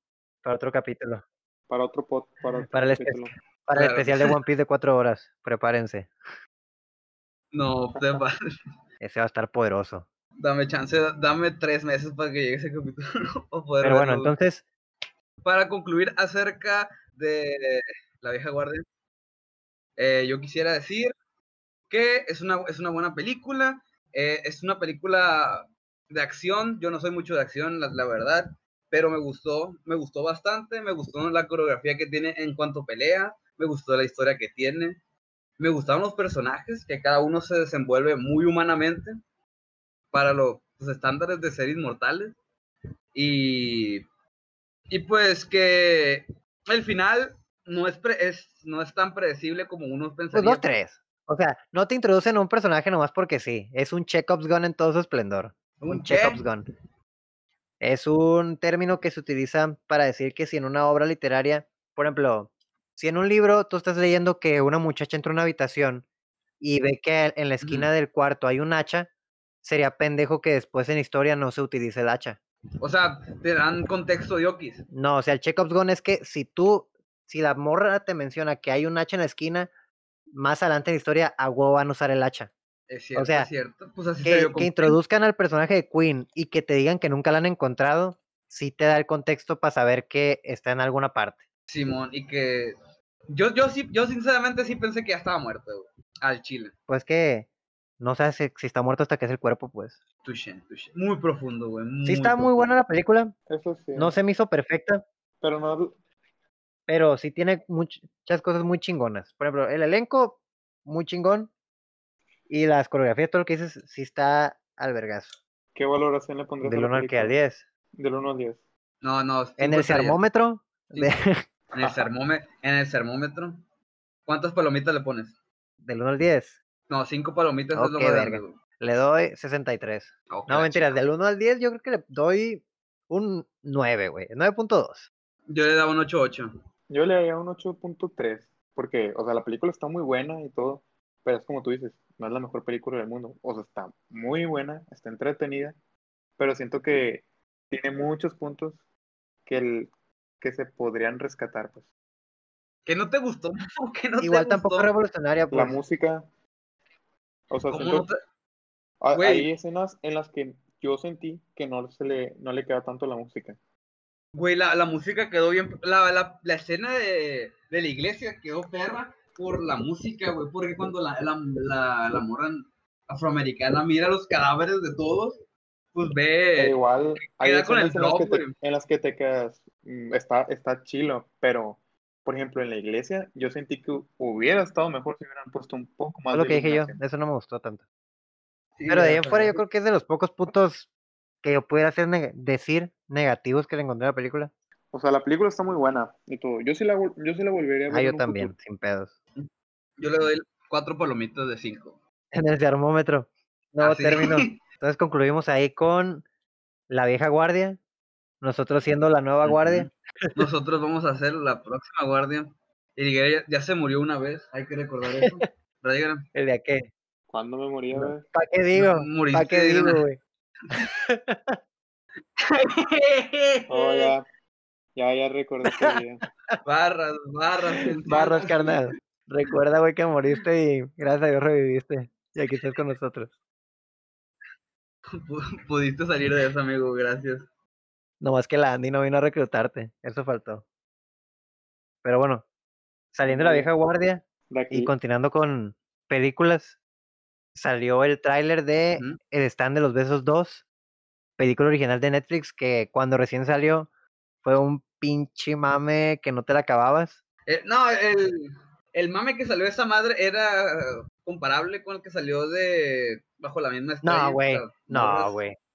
A: para otro capítulo.
C: Para otro pod, para otro
A: Para el
C: capítulo.
A: Para el
B: Claro.
A: especial de One Piece de 4 horas. Prepárense.
B: No, te va- *laughs*
A: Ese va a estar poderoso.
B: dame chance, dame tres meses para que llegue ese capítulo. *laughs* para poder
A: Pero bueno,
B: verlo, güey.
A: entonces,
B: para concluir acerca de La vieja guardia, eh, yo quisiera decir que es una, es una buena película, eh, es una película de acción, yo no soy mucho de acción, la, la verdad, pero me gustó, me gustó bastante, me gustó la coreografía que tiene en cuanto pelea, me gustó la historia que tiene, me gustaron los personajes, que cada uno se desenvuelve muy humanamente, para lo- los estándares de ser inmortales. Y, y pues que el final no es, pre- es, no es tan predecible como uno
A: Pues
B: pensaría.
A: dos, tres. O sea, no te introducen a un personaje nomás porque sí. Es un check-ups gun en todo su esplendor.
B: ¿Un
A: Un
B: qué?
A: check-ups gun. Es un término que se utiliza para decir que si en una obra literaria, por ejemplo, si en un libro tú estás leyendo que una muchacha entra a una habitación y ve que en la esquina del cuarto hay un hacha, sería pendejo que después en historia no se utilice el hacha.
B: O sea, te dan contexto de Okis.
A: No, o sea, el check-ups gone es que si tú, si la morra te menciona que hay un hacha en la esquina, más adelante en la historia a huevo van a usar el hacha.
B: Es cierto,
A: sea,
B: es cierto. Pues así se
A: Que,
B: vio
A: que
B: con-
A: introduzcan al personaje de Queen y que te digan que nunca la han encontrado, sí te da el contexto para saber que está en alguna parte.
B: Simón y que yo, yo sí, yo sinceramente sí pensé que ya estaba muerto, güey, Al chile.
A: Pues que no sabes si, si está muerto hasta que es el cuerpo, pues.
B: Touché, touché. Muy profundo, güey.
A: Sí está muy buena la película,
C: Eso sí.
A: no se me hizo perfecta,
C: Pero no,
A: pero sí tiene much- muchas cosas muy chingonas. Por ejemplo, el elenco, muy chingón. Y las coreografías, todo lo que dices, sí está al vergazo.
C: ¿qué valoración le pondrías
A: Del
C: a la
A: 1 al que al
C: película?
A: 10.
C: Del 1 al 10.
B: No, no. cinco
A: En el
B: estrellas.
A: termómetro,
B: Cinco. En el, sermome- en el termómetro. ¿Cuántas palomitas le pones?
A: del 1 al 10,
B: No, cinco palomitas
A: Oh,
B: es lo
A: qué
B: más
A: verga.
B: grande, güey.
A: le doy 63.
B: Oh, qué
A: No,
B: la
A: mentiras,
B: chingada.
A: del 1 al 10 yo creo que le doy un 9, güey. 9.2.
B: Yo le daba un 8-8.
C: Yo le daría un 8.3, porque, o sea, la película está muy buena y todo, pero es como tú dices, no es la mejor película del mundo. O sea, está muy buena, está entretenida, pero siento que tiene muchos puntos que, el, que se podrían rescatar, pues.
B: Que no te gustó, *laughs* que no
A: Igual
B: te
A: tampoco es
B: gustó.
A: revolucionaria,
C: La
A: pues.
C: música, o sea,
B: ¿Cómo
C: siento-
B: no te-
C: ha-
B: Güey.
C: hay escenas en las que yo sentí que no, se le, no le queda tanto la música.
B: Güey, la, la música quedó bien. La, la, la escena de, de la iglesia quedó perra por la música, güey. Porque cuando la, la, la, la morra afroamericana mira los cadáveres de todos, pues
C: Pero
B: ve.
C: E igual hay
B: queda con el
C: escenas en las, que
B: drop,
C: te,
B: güey.
C: en las que te quedas, mm, está, está chilo, pero por ejemplo en la iglesia yo sentí que hubiera estado mejor si hubieran puesto un poco más
A: Es lo
C: de
A: que dije yo,
C: iluminación.
A: eso no me gustó tanto.
B: sí,
A: Pero de ahí en
B: güey,
A: fuera yo creo que es de los pocos puntos que yo pudiera hacer neg- decir negativos que le encontré a la película.
C: O sea, la película está muy buena y todo. Yo sí la, vol- yo sí la volvería a ver.
A: Ah,
C: en
A: yo
C: un
A: también,
C: futuro.
A: sin pedos. *laughs*
B: Yo le doy cuatro palomitas de cinco.
A: En el termómetro, nuevo
B: Así.
A: término.
B: *laughs*
A: Entonces concluimos ahí con la vieja guardia, nosotros siendo la nueva
B: Ujú.
A: guardia.
B: Nosotros vamos a hacer la próxima guardia. Y Liguera ya, ya se murió una vez, hay que recordar
A: *laughs*
B: eso. ¿Verdad, Liguera?
A: El de qué?
C: ¿Cuándo me moría?
A: No.
C: güey?
A: ¿Para qué digo?
B: muriste,
A: ¿Para qué digo,
B: Liguera.
A: güey?
B: *laughs*
C: Oh, ya, ya, ya recordé tu
A: *laughs*
C: vida.
B: barras, barras.
A: Barras,
B: hermanas.
A: carnal. Recuerda, güey, que moriste y gracias a Dios reviviste. Y aquí estás con nosotros.
B: *laughs* Pu- Pudiste salir de eso, amigo, gracias.
A: Nomás que la Andy no vino a reclutarte. Eso faltó. Pero bueno, saliendo de la
C: Muy
A: vieja guardia
C: De
A: y
C: aquí,
A: continuando con películas, salió el tráiler de
B: Ujú.
A: El Stand de los Besos 2, película original de Netflix que cuando recién salió fue un pinche mame que no te la acababas.
B: Eh, no, el, el mame que salió de esa madre era comparable con el que salió de Bajo la misma estrella.
A: No, güey.
B: estas
A: No,
B: morras-
A: güey. *laughs*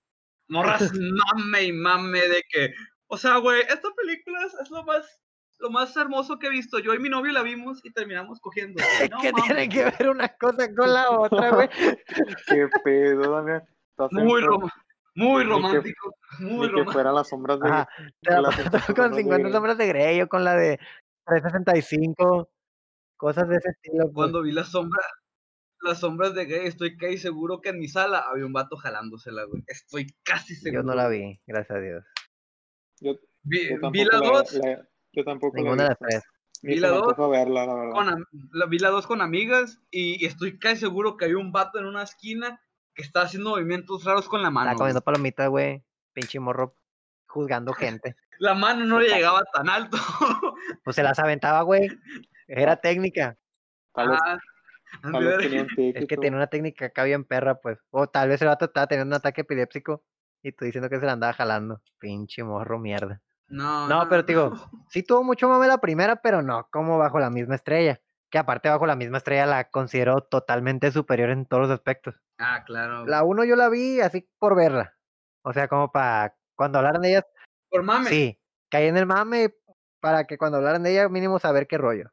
B: Morras mame y mame de que. O sea, güey, esta película es, es lo más. Lo más hermoso que he visto. Yo y mi novio la vimos y terminamos
A: *laughs*
B: cogiendo. güey, no
A: ¿Qué
B: mames.
A: tiene que ver una cosa con la otra, güey?
C: qué pedo, Damián. Estás
B: Muy,
C: enfermo.
B: rom- muy
C: que-
B: romántico. muy
C: Ni que
B: romántico.
C: fueran las sombras de...
A: Ajá, Te la
C: las
A: *laughs*
C: *laughs*
A: pasó
C: sombras
A: con
C: de
A: 50
C: Grey.
A: sombras de Grey o con la de 365, cosas de ese estilo. pues.
B: Cuando vi la sombra. Las sombras de Grey, estoy casi seguro que en mi sala había un vato jalándosela, güey. Estoy casi seguro.
A: Yo no la vi, gracias a Dios.
B: Vi,
C: Yo
B: vi
C: tampoco
B: la
C: la-
B: 2
C: la- yo tampoco la
A: Ninguna de
C: vi,
A: las
C: pues.
A: tres.
C: Ni
B: Vi
C: se
B: la
C: me
B: dos
C: antojó verla, la verdad.
B: con, am- la, vi la dos con amigas y, y estoy casi seguro que hay un vato en una esquina que está haciendo movimientos raros con la mano.
A: Estaba
B: güey.
A: comiendo palomitas, güey. Pinche morro juzgando gente.
B: La mano no le llegaba tan alto.
A: Pues se las aventaba, güey. Era técnica.
C: Tal vez-
B: *laughs* Ah, a
C: tal vez
B: ver,
C: tenía un
A: Es que
C: ticket,
A: tiene una técnica acá bien perra, pues. O tal vez el vato estaba teniendo un ataque epiléptico y tú diciendo que se la andaba jalando. Pinche morro, mierda.
B: no,
A: No, pero te digo, sí tuvo mucho mame la primera, pero no como bajo la misma estrella. que aparte bajo la misma estrella la considero totalmente superior en todos los aspectos.
B: Ah, claro.
A: La 1 yo la vi así por verla. O sea, como para cuando hablaran de ellas,
B: Por mame.
A: sí, caí en el mame para que cuando hablaran de ella mínimo saber qué rollo.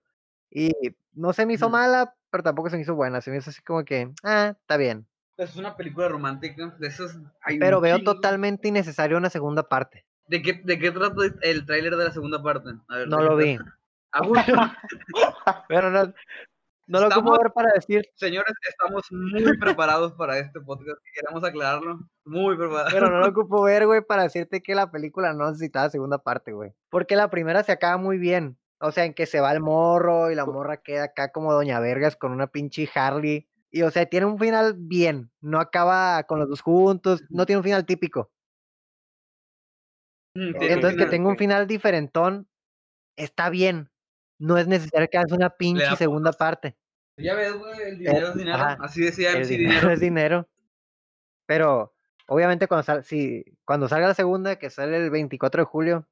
A: Y no se me hizo
B: Ujú.
A: mala, pero tampoco se me hizo buena, se me hizo así como que, ah, está bien.
B: Es una película romántica. De esas. hay un
A: Pero veo
B: chingo.
A: totalmente innecesario una segunda parte.
B: ¿De qué, de qué trata el tráiler de la segunda parte? A ver,
A: No
B: ¿de qué
A: lo
B: *laughs*
A: vi.
B: trata? Ah, bueno, *laughs*
A: Pero no, no lo
B: Estamos-
A: ocupo ver para decir,
B: señores, estamos muy preparados para este podcast. Queremos aclararlo. Muy preparados.
A: pero no lo ocupo ver, güey, para decirte que la película no necesitaba segunda parte, güey. Porque la primera se acaba muy bien. O sea, en que se va el morro y la morra queda acá como Doña Vergas con una pinche Harley. Y o sea, tiene un final bien. No acaba con los dos juntos. No tiene un final típico.
B: Mm, tiene un
A: Entonces, que
B: final.
A: tenga un final diferentón está bien. No es necesario que hagas una pinche
B: da
A: segunda parte.
B: Ya ves, güey, el dinero es dinero.
A: Eh, ajá,
B: Así decía
A: El
B: MC
A: dinero, *laughs*
B: Dinero.
A: es dinero. Pero obviamente cuando, sal- si, cuando salga la segunda, que sale el 24 de julio,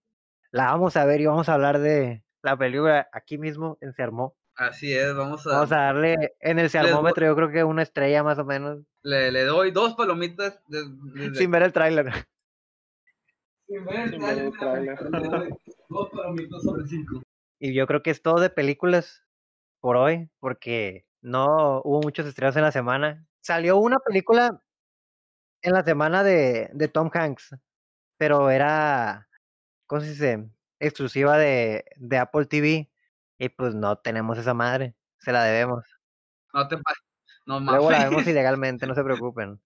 A: la vamos a ver y vamos a hablar de la película aquí mismo en Se Armó.
B: Así es, vamos a.
A: Vamos a darle en el Se
B: Les voy-
A: Armómetro, yo creo que una estrella más o menos,
B: le, le doy dos palomitas. de- desde-
A: sin ver el tráiler.
B: sin ver el
C: Sin ver
B: tráiler de la
C: el
B: película,
C: tráiler.
B: le doy Dos palomitas sobre cinco.
A: Y yo creo que es todo de películas por hoy, porque no hubo muchos estrenos en la semana. Salió una película en la semana de, de Tom Hanks, pero era, ¿cómo se dice? Exclusiva de, de Apple TV. Y pues no tenemos esa madre, se la debemos.
B: No te pases. No
A: Luego la vemos
B: mames.
A: ilegalmente, no se preocupen.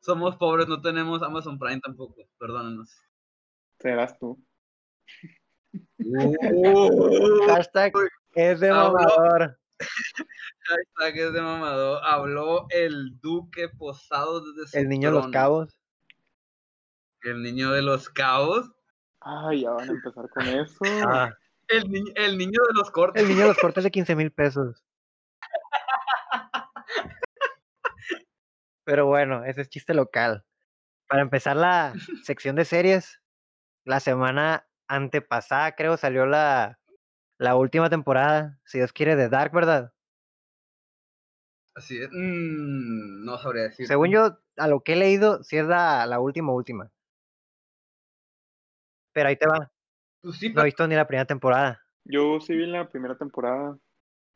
B: Somos pobres, no tenemos Amazon Prime tampoco. Perdónanos.
C: Serás tú.
B: *laughs*
A: Hashtag es de
B: Ahora-
A: mamador.
B: Hashtag es de mamador. Habló el duque posado desde su
A: El niño de los
B: trono.
A: cabos.
B: El niño de los cabos.
C: Ay, ya van a empezar
A: *laughs*
C: con eso.
A: Ah,
B: El, ni- el niño de los cortes.
A: el niño de los cortes de 15 mil pesos. Pero bueno, ese es chiste local. Para empezar la sección de series, la semana antepasada creo salió la, la última temporada, si Dios quiere, de Dark, ¿verdad?
B: Así es. Mm, no sabría decir.
A: Según yo, a lo que he leído, sí es la, la última, última. Pero ahí te va,
B: Pues sí,
A: no he
B: pero
A: visto ni la primera temporada.
C: Yo sí vi la primera temporada,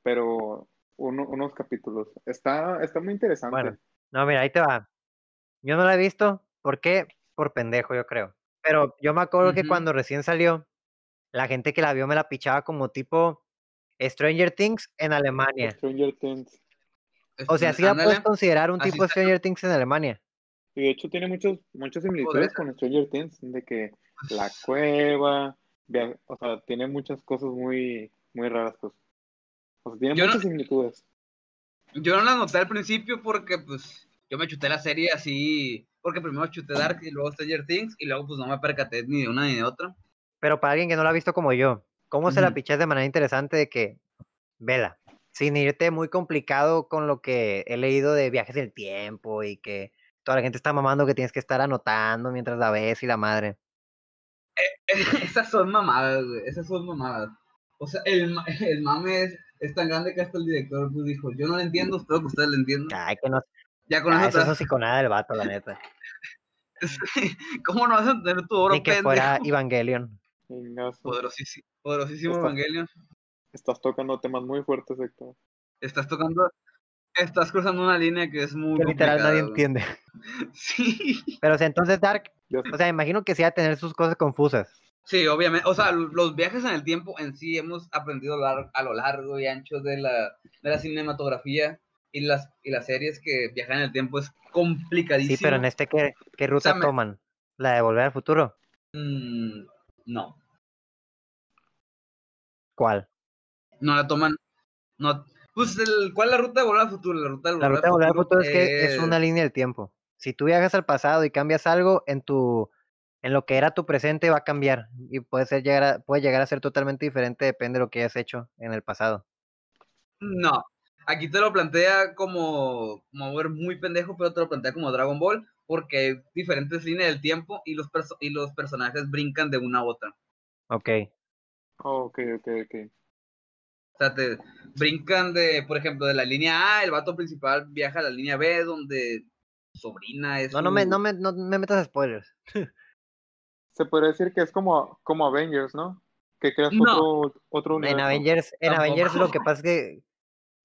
C: pero uno- unos capítulos. Está, está muy interesante.
A: Bueno. No, mira, ahí te va. Yo no la he visto. ¿Por qué? Por pendejo, yo creo. Pero yo me acuerdo que
B: Ujú.
A: cuando recién salió, la gente que la vio me la pichaba como tipo Stranger Things en Alemania.
C: Stranger Things.
A: O sea,
B: este,
A: sí la puedes
B: ándale.
A: considerar un
B: así
A: tipo
B: está.
A: Stranger Things en Alemania.
C: Y de hecho tiene muchos, muchas
B: Podría
C: similitudes
B: ser.
C: con Stranger Things, de que
B: *laughs*
C: la cueva, via- o sea, tiene muchas cosas muy, muy raras, pues. O sea, tiene
B: Yo no-
C: muchas similitudes.
B: Yo no la noté al principio porque, pues, yo me chuté la serie así. Porque primero chuté Dark y luego Stranger Things. Y luego, pues, no me percaté ni de una ni de otra. *laughs*
A: Pero para alguien que no la ha visto como yo, ¿cómo se la
B: Ujú.
A: pichas de manera interesante de que, vela, sin irte muy complicado con lo que he leído de viajes del tiempo y que toda la gente está mamando que tienes que estar anotando mientras la ves y la madre?
B: Esas son mamadas, güey. Esas son mamadas. O sea, el, ma- el mame es, es tan grande que hasta el director pues, dijo, yo no lo entiendo, espero que ustedes lo entiendan.
A: Ay, que no
B: Ya con
A: Ah,
B: eso,
A: eso es nada del vato, la
B: *laughs*
A: neta.
B: te- *laughs* ¿Cómo no vas a tener tu oro,
A: Ni que
B: pendejo? *laughs*
A: fuera Evangelion.
C: Venga, su-
B: Poderosísimo, poderosísimo
C: Está-
B: Evangelio.
C: Estás tocando temas muy fuertes, Héctor.
B: Estás tocando... Estás cruzando una línea que es muy
A: Que literal nadie
B: complicada, güey.
A: entiende.
B: *laughs* Sí,
A: Pero o sea, entonces Dark,
C: Ya
A: o sea, imagino que sí va a tener sus cosas confusas.
B: sí, obviamente. O sea, lo- los viajes en el tiempo en sí hemos aprendido a lo lar- a lo largo y ancho de la, de la cinematografía y las, y las series que viajan en el tiempo es complicadísimo.
A: Sí, pero en este, ¿qué, qué ruta
B: me-
A: toman? ¿La de volver al futuro?
B: Mm, no,
A: ¿Cuál?
B: no la toman. No. Pues, el, ¿cuál es la ruta de volver al futuro? La ruta de
A: La
B: volver,
A: ruta de
B: al,
A: volver al
B: futuro
A: futuro es que es una línea del tiempo. Si tú viajas al pasado y cambias algo en tu en lo que era tu presente va a cambiar y puede ser llegar a, puede llegar a ser totalmente diferente depende de lo que hayas hecho en el pasado.
B: No. Aquí te lo plantea como, como ver muy pendejo, pero te lo plantea como Dragon Ball, porque hay diferentes líneas del tiempo y los, perso- y los personajes brincan de una a otra.
A: Ok.
C: Oh, ok, ok, ok.
B: O sea, te brincan de, por ejemplo, de la línea A, el vato principal viaja a la línea B, donde su sobrina es.
A: No, no me,
B: un-
A: no me, no me metas a spoilers.
C: Se podría decir que es como, como Avengers, ¿no? Que creas
B: No.
C: otro, otro
A: En
C: universo.
A: Avengers, en
B: Tampoco.
A: Avengers lo que pasa es que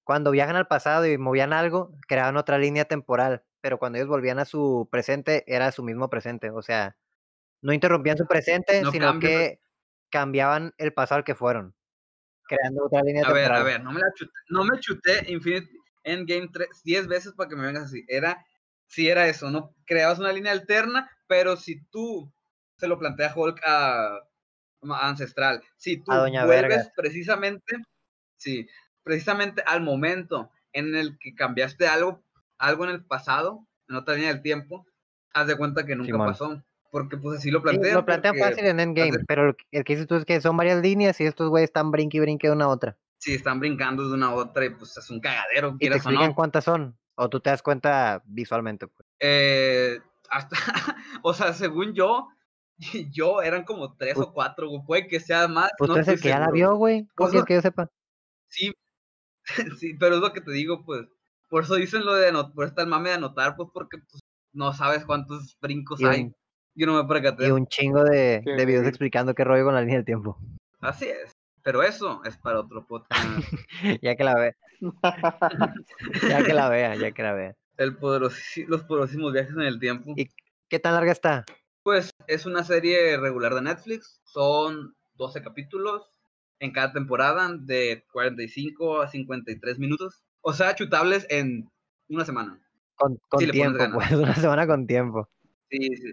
A: cuando viajan al pasado y movían algo, creaban otra línea temporal, pero cuando ellos volvían a su presente, era su mismo presente, o sea, no interrumpían su presente,
B: No
A: sino
B: cambian.
A: que cambiaban el pasado al que fueron, creando otra línea
B: A ver,
A: temporal.
B: a ver, no me, la chuté, no me chuté Infinity Endgame 3, 10 veces para que me vengas así. Era, sí era eso, ¿no? Creabas una línea alterna, pero si tú se lo plantea Hulk a, a Ancestral, si tú
A: A Doña
B: vuelves
A: Vergas.
B: precisamente, sí, precisamente al momento en el que cambiaste algo, algo en el pasado, en otra línea del tiempo, haz de cuenta que nunca
A: Simón.
B: pasó. Porque pues así lo
A: Sí,
B: plantean.
A: lo plantean
B: porque-
A: fácil en Endgame, pero lo que- el que dices tú es que son varias líneas y estos güeyes están brinque y brinque de una a otra.
B: Sí, están brincando de una a otra y pues es un cagadero,
A: Y te
B: quieras o
A: explican
B: no.
A: cuántas son, o tú te das cuenta visualmente. pues.
B: Eh, hasta, *laughs* o sea, según yo, *laughs* yo eran como tres o cuatro, güey, puede que sea más.
A: Pues
B: no
A: tú eres el
B: estoy
A: que ya la
B: seguro,
A: vio,
B: güey.
A: güey. ¿Cómo
B: Pues
A: quieres
B: no-
A: que yo sepa?
B: Sí, *laughs* sí, pero es lo que te digo, pues. Por eso dicen lo de anotar, por estar mame de anotar, pues porque pues, no sabes cuántos brincos
A: Y
B: hay.
A: un-
B: Yo no me percaté.
A: Y un chingo de,
C: Qué
A: de videos
C: horrible.
A: explicando qué rollo con la línea del tiempo. *laughs*
B: Así es. Pero eso es para otro podcast.
A: ya que la vea, *laughs* ya que la vea, ya que la vea.
B: El poderosi- los poderosísimos viajes en el tiempo.
A: Y- ¿Qué tan larga está?
B: Pues es una serie regular de Netflix, son 12 capítulos en cada temporada de 45 a 53 minutos, o sea, chutables en una semana.
A: Con, con
B: Sí, le pones
A: tiempo,
B: ganas.
A: pues *laughs* una semana con tiempo.
B: Sí, sí,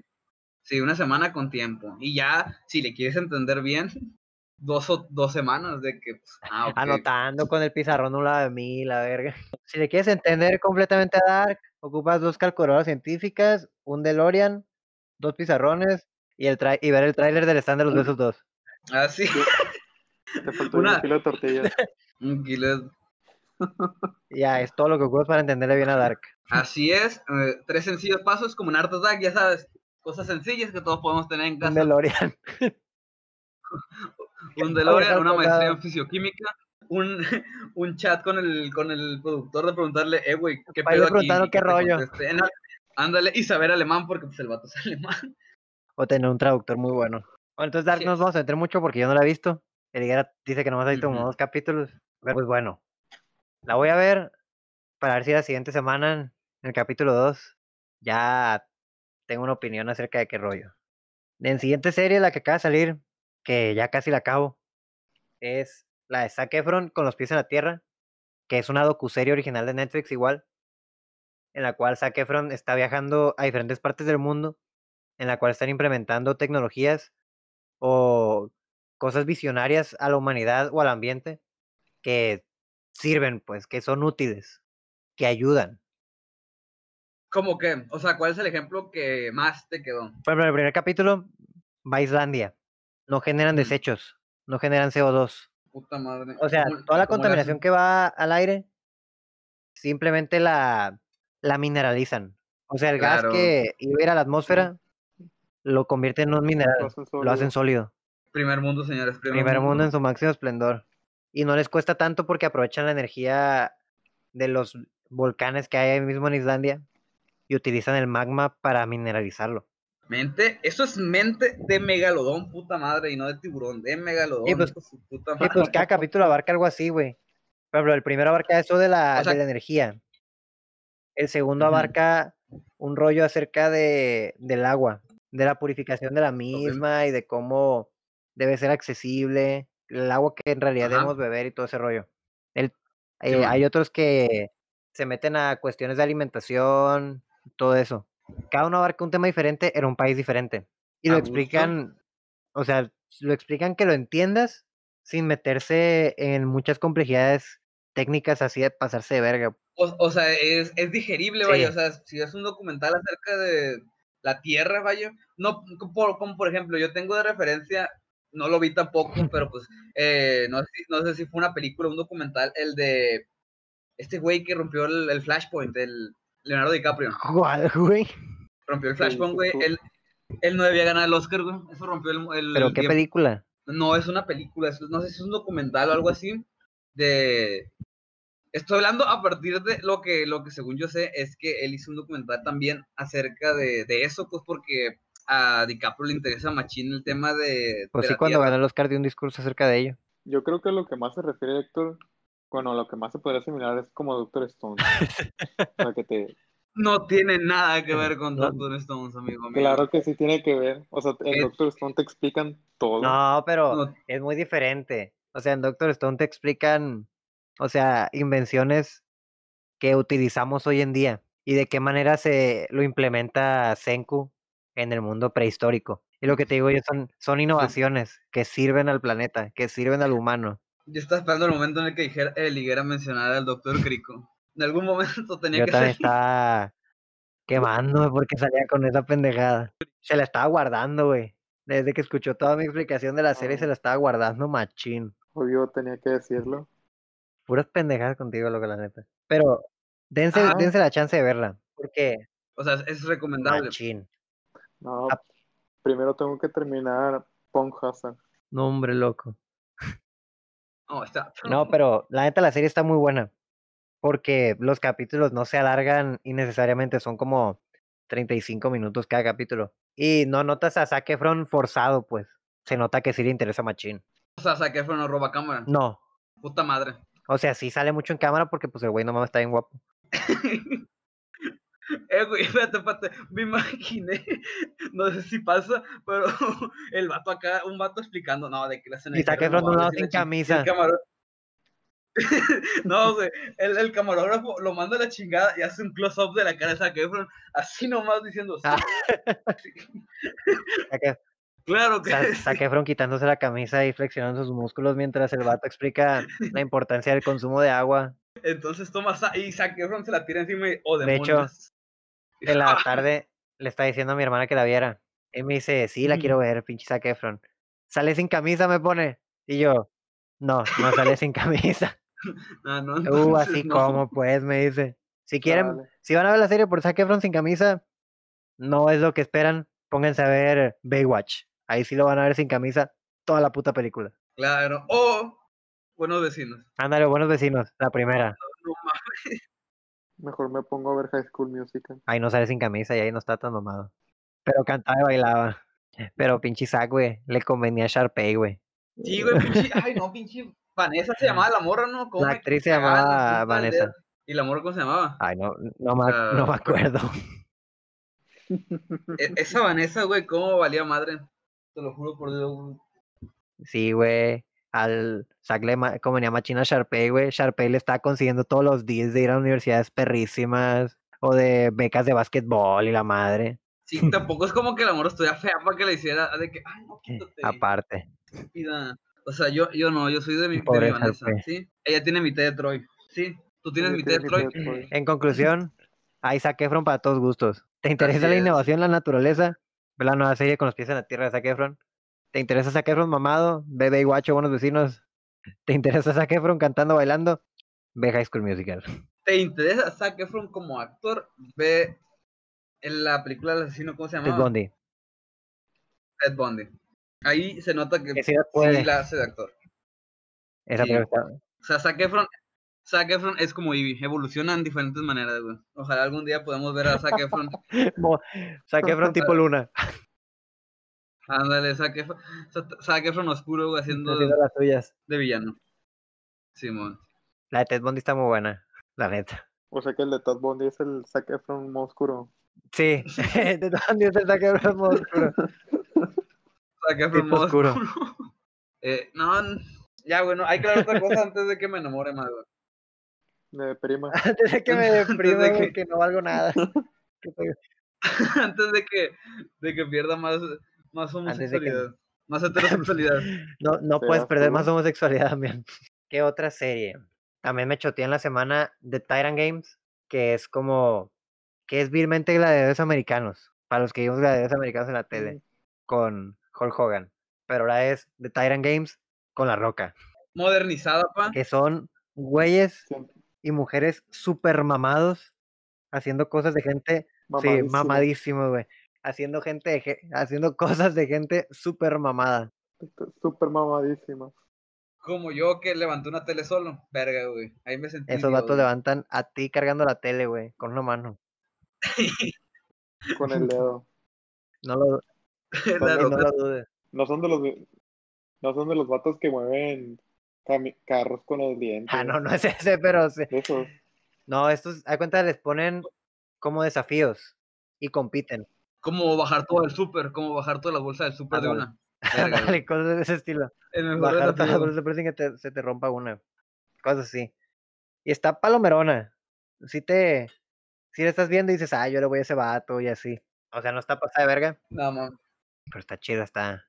B: sí, una semana con tiempo. Y ya, si le quieres entender bien, *laughs* dos, o, dos semanas de que... pues, ah, ok,
A: Anotando con el pizarrón a un lado de mí, la verga. *laughs* Si le quieres entender completamente a Dark, ocupas dos calculadoras científicas, un DeLorean, dos pizarrones y, el trai- y ver el tráiler del stand de los besos 2.
B: *laughs* Así,
C: Te faltó
B: Una-
C: un kilo de tortillas.
A: *laughs*
B: un kilo de-
A: Ya, es todo lo que ocupas para entenderle bien a Dark.
B: así es, eh, tres sencillos pasos como un Art Attack, ya sabes, cosas sencillas que todos podemos tener en
A: Un
B: casa.
A: DeLorean. *laughs*
B: un
A: Oye,
B: DeLorean,
A: Carlos,
B: una maestría en
A: nada.
B: fisioquímica, un, *laughs* un chat con el, con el productor de preguntarle, eh, güey, ¿qué
A: Para irle
B: pedo aquí?
A: preguntando
B: Y que
A: qué
B: te
A: rollo.
B: conteste en al- Ándale, y saber alemán, porque pues el vato *laughs* es alemán.
A: O tener un traductor muy bueno. Bueno, entonces Dark
B: Así
A: no nos
B: es.
A: vamos a meter mucho porque yo no la he visto. El Higuera dice que nomás ha visto como
B: Ujú.
A: dos capítulos. Pero, Pues bueno, la voy a ver para ver si la siguiente semana, en el capítulo 2, ya tengo una opinión acerca de qué rollo. En siguiente serie, la que acaba de salir, que ya casi la acabo, es la de Zac Efron con los pies en la tierra, que es una docuserie original de Netflix igual, en la cual Zac Efron está viajando a diferentes partes del mundo, en la cual están implementando tecnologías o cosas visionarias a la humanidad o al ambiente que sirven, pues, que son útiles, que ayudan.
B: Como que, o sea, ¿cuál es el ejemplo que más te quedó?
A: Por ejemplo, en el primer capítulo va a Islandia. No generan
B: Ujú.
A: desechos, no generan CO2.
B: Puta madre.
A: O sea,
B: ¿cómo-
A: toda la
B: cómo le hacen?
A: contaminación que va al aire, simplemente la, la mineralizan. O sea, el
B: Claro.
A: gas que iba a ir a la atmosfera lo convierte en un
C: Lo
A: mineral,
C: hacen
A: lo hacen sólido.
B: Primer mundo, señores.
A: Primer mundo en su máximo esplendor. Y no les cuesta tanto porque aprovechan la energía de los volcanes que hay ahí mismo en Islandia y utilizan el magma para mineralizarlo.
B: Mente, eso es mente de megalodón, puta madre, y no de tiburón, de megalodón.
A: pues-
B: hijo de su puta
A: Y pues
B: madre.
A: cada capítulo abarca algo así, güey. Por ejemplo, el primero abarca eso de la,
B: O sea-
A: de la energía. El segundo
B: Ujú.
A: abarca un rollo acerca de, del agua, de la purificación de la misma y de cómo debe ser accesible, el agua que en realidad
B: Ajá.
A: debemos beber y todo ese rollo. El- eh,
B: Simón.
A: hay otros que se meten a cuestiones de alimentación, todo eso. Cada uno abarca un tema diferente en un país diferente. Y
B: A
A: lo
B: gusto.
A: explican, o sea, lo explican que lo entiendas sin meterse en muchas complejidades técnicas así de pasarse de verga. *laughs*
B: O, o sea, es, es digerible,
A: Sí.
B: vaya. O sea, si es un documental acerca de la Tierra, vaya. No, co- por, como por ejemplo, yo tengo de referencia, no lo vi tampoco, pero pues, eh, no, sé, si- no sé si fue una película, un documental, el de este güey que rompió el, el Flashpoint, el Leonardo DiCaprio.
A: ¿Cuál, güey?
B: Rompió el
C: Sí,
B: Flashpoint,
C: sí,
B: güey.
C: sí.
B: Él, él no debía ganar el Oscar, güey. Eso rompió el. el
A: ¿Pero qué
B: tiempo.
A: película?
B: No, es una película, es- no sé si es un documental o algo así, de... Estoy hablando a partir de lo que, lo que según yo sé, es que él hizo un documental también acerca de, de eso, pues porque a DiCaprio le interesa machín el tema de...
A: Pues
B: de
A: sí,
B: la
A: cuando
B: tierra.
A: ganó el Oscar dio un discurso acerca de ello.
C: Yo creo que lo que más se refiere Héctor, bueno, lo que más se podría asimilar es como Doctor
A: *laughs*
C: Stone. o sea, que te...
B: No tiene nada que ver con
A: No.
B: Doctor Stones, amigo mío.
C: Claro que sí tiene que ver. O sea, en
B: Es-
C: Doctor Stone te explican todo.
A: Eh, No, pero
B: No.
A: es muy diferente. O sea, en Doctor Stone te explican, o sea, invenciones que utilizamos hoy en día y de qué manera se lo implementa Senku en el mundo prehistórico. Y lo que te digo yo son, son innovaciones que sirven al planeta, que sirven
B: Eh,
A: al humano.
B: Yo estaba esperando el momento en el que dijera, el Higuera mencionara al Doctor Crico. En algún momento tenía
A: Yo
B: que
A: también
B: ser. *laughs*
A: estaba quemándome porque salía con esa pendejada. Se la estaba guardando, güey. Desde que escuchó toda mi explicación de la serie,
B: Oh.
A: se la estaba guardando machín.
C: Obvio tenía que decirlo.
A: Puras pendejadas contigo, lo que la neta. Pero dense,
B: Ah.
A: dense la chance de verla. Porque
B: O sea, es recomendable.
A: machín.
C: No,
A: Ah.
C: primero tengo que terminar Pong Hassan.
A: No, hombre, loco.
B: No, está.
A: No, pero la neta la serie está muy buena. Porque los capítulos no se alargan innecesariamente, son como 35 minutos cada capítulo. Y no notas a Zac Efron forzado, pues. Se nota que sí le interesa machín.
B: O sea, Zac Efron no roba cámara.
A: No.
B: Puta madre.
A: O sea, sí sale mucho en cámara porque pues el güey no mames está bien guapo.
B: Eh, güey, *laughs* espérate, espérate. Me imaginé. *laughs* No sé si pasa, pero *laughs* el vato acá, un vato explicando, no, de que la escena
A: Y Zac Efron de un lado sin camisa.
B: *laughs* no, güey, el, el camarógrafo lo manda a la chingada y hace un close-up de la cara de Zac Efron, así nomás diciendo, sí,
A: Ah. Zac Ef-
B: *laughs* claro que
A: Sa-
B: sí".
A: Zac Efron quitándose la camisa y flexionando sus músculos mientras el vato explica la importancia del consumo de agua.
B: Entonces toma sa- y Zac Efron se la tira encima y, oh,
A: De hecho,
B: demonios.
A: en la tarde le estaba diciendo a mi hermana que la viera. Y me dice, sí, la
B: Ujú.
A: quiero ver, pinche Zac Efron. Sale sin camisa, me pone. Y yo, no, no sale sin *laughs* camisa.
B: *laughs* Ah, *laughs* no,
A: Uh,
B: entonces
A: así
B: no.
A: como, pues, me dice. Si quieren,
C: Chale.
A: si van a ver la serie por Zac Efron sin camisa, no es lo que esperan. Pónganse a ver Baywatch. Ahí sí lo van a ver sin camisa toda la puta película.
B: Claro. O buenos vecinos.
A: Ándale, buenos vecinos, la primera.
B: No mames.
C: Mejor me pongo a ver High School Musical.
A: Ahí no sale sin camisa y ahí no está tan nomado. Pero cantaba y bailaba. Pero pinche Zac, güey, le convenía a Sharpay, güey.
B: Sí, güey, pinche. Ay, no, pinche. Vanessa
A: *laughs*
B: se llamaba la morra, ¿no? ¿Cómo
A: La
B: me
A: actriz se
B: cagaba la
A: llamaba
B: punta del dedo?
A: Vanessa. Ah,
B: ¿Y la morra cómo se llamaba?
A: Ay, no, no, me, ac- no me
B: Ah,
A: acuerdo. *laughs*
B: E-
A: pues,
B: Esa Vanessa, güey, ¿cómo valía madre? Te lo juro por Dios. güey.
A: Sí, güey. Al Zac le ma- convenía machina a Sharpay, güey. Sharpay le está consiguiendo todos los días de ir a universidades perrísimas o de becas de básquetbol y la madre. *laughs*
B: Sí, tampoco es como que la morra estuviera fea para que le hiciera de que, ay, no,
A: Eh,
B: quítate,
A: Aparte.
B: estúpida. O sea, yo, yo no, yo soy de mi, de mi
A: Pobre
B: Vanessa,
A: Harpe.
B: ¿sí? Ella tiene mitad de Troy, ¿sí? Tú tienes
C: Yo
B: mitad de
C: tengo
B: Troy.
C: que ver
A: En conclusión, hay Zac Efron para todos gustos. ¿Te interesa la
B: es.
A: innovación, la naturaleza? Ve la nueva serie con los pies en la tierra de Zac Efron. ¿Te interesa Zac Efron mamado? Ve Baywatch guacho, buenos vecinos. ¿Te interesa Zac Efron cantando, bailando? Ve High School Musical.
B: ¿Te interesa Zac Efron como actor? Ve en la película del asesino, ¿cómo se
A: Ted
B: llama?
A: Bundy.
B: Ted Bundy. Ahí se nota que
A: Que
B: sí
A: sí la puede.
B: la hace de actor.
A: Esa
B: Sí.
A: película está-
B: O sea, Zac Efron, Zac Efron es como Ivy, evoluciona en diferentes maneras, güey. Ojalá algún día podamos ver a Zac
A: *laughs*
B: Efron.
A: Mo- Zac Efron
B: *laughs*
A: tipo Luna.
B: Ándale, Zac Efron, Sa- Zac Efron oscuro, güey, haciendo
A: haciendo las suyas.
B: de villano. Simón.
A: La de Ted Bundy está muy buena, la neta.
C: O sea que el de Todd Bondi es el Zac Efron más oscuro.
A: Sí, *laughs* Ted Bundy es el Zac Efron más
B: *laughs*
A: oscuro.
B: Zac Efron
A: Tipo
B: más
A: oscuro.
B: *laughs* Eh, no, n- ya, güey, no, hay que hablar otra cosa antes de que me enamore más, güey. *laughs*
C: De prima.
A: Antes de que me
B: Antes de
A: deprima
B: que-
A: que... no valgo
B: *laughs*
A: nada. Que soy-
B: Antes de que, de que pierda más, más
A: Antes de que-
B: homosexualidad.
A: *laughs*
B: Más heterosexualidad.
A: No, no
C: Te
A: puedes
C: vas
A: perder
C: tú.
A: más homosexualidad *laughs* también. ¿Qué otra serie? También me choteé en la semana de Tyrant Games, que es como. que es vilmente gladiadores americanos. Para los que vimos gladiadores americanos en la tele, con Hulk Hogan. Pero ahora es de Tyrant Games con La Roca.
B: Modernizada, pa.
A: que son güeyes
C: Siempre.
A: y mujeres super mamados haciendo cosas de gente sí,
C: Mamadísimo.
A: mamadísimo, güey. Haciendo gente de *laughs* ge- haciendo cosas de gente super mamada.
C: Está Súper mamadísimo.
B: Como yo que levanté una tele solo. Verga, güey. Ahí me sentí.
A: Esos vatos
B: Dios,
A: levantan a ti cargando la tele, güey, con una mano.
C: con
A: *laughs*
C: el dedo.
A: No lo,
B: güey.
A: no,
B: *laughs* La
A: no
B: nota-
A: lo
B: *laughs*
A: dudes.
C: No son de los, no son de los vatos que mueven cami- carros con los dientes.
A: Ah, no, no es ese, pero sí.
C: De esos.
A: No, estos, a cuenta, les ponen como desafíos y compiten. *laughs*
B: Como bajar todo el súper, como bajar toda la bolsa del súper de
A: Ándale.
B: una. Verga, güey.
A: Dale, cosas de ese estilo.
B: El mejor de
A: Bajar
B: la
A: todas las bolsas de plástico que te- se te rompa una. Cosas así. Y está palomerona. Si te. Si la estás viendo y dices, ah, yo le voy a ese vato y así. O sea, no está pasada de verga,
B: No, man.
A: pero está chida, está,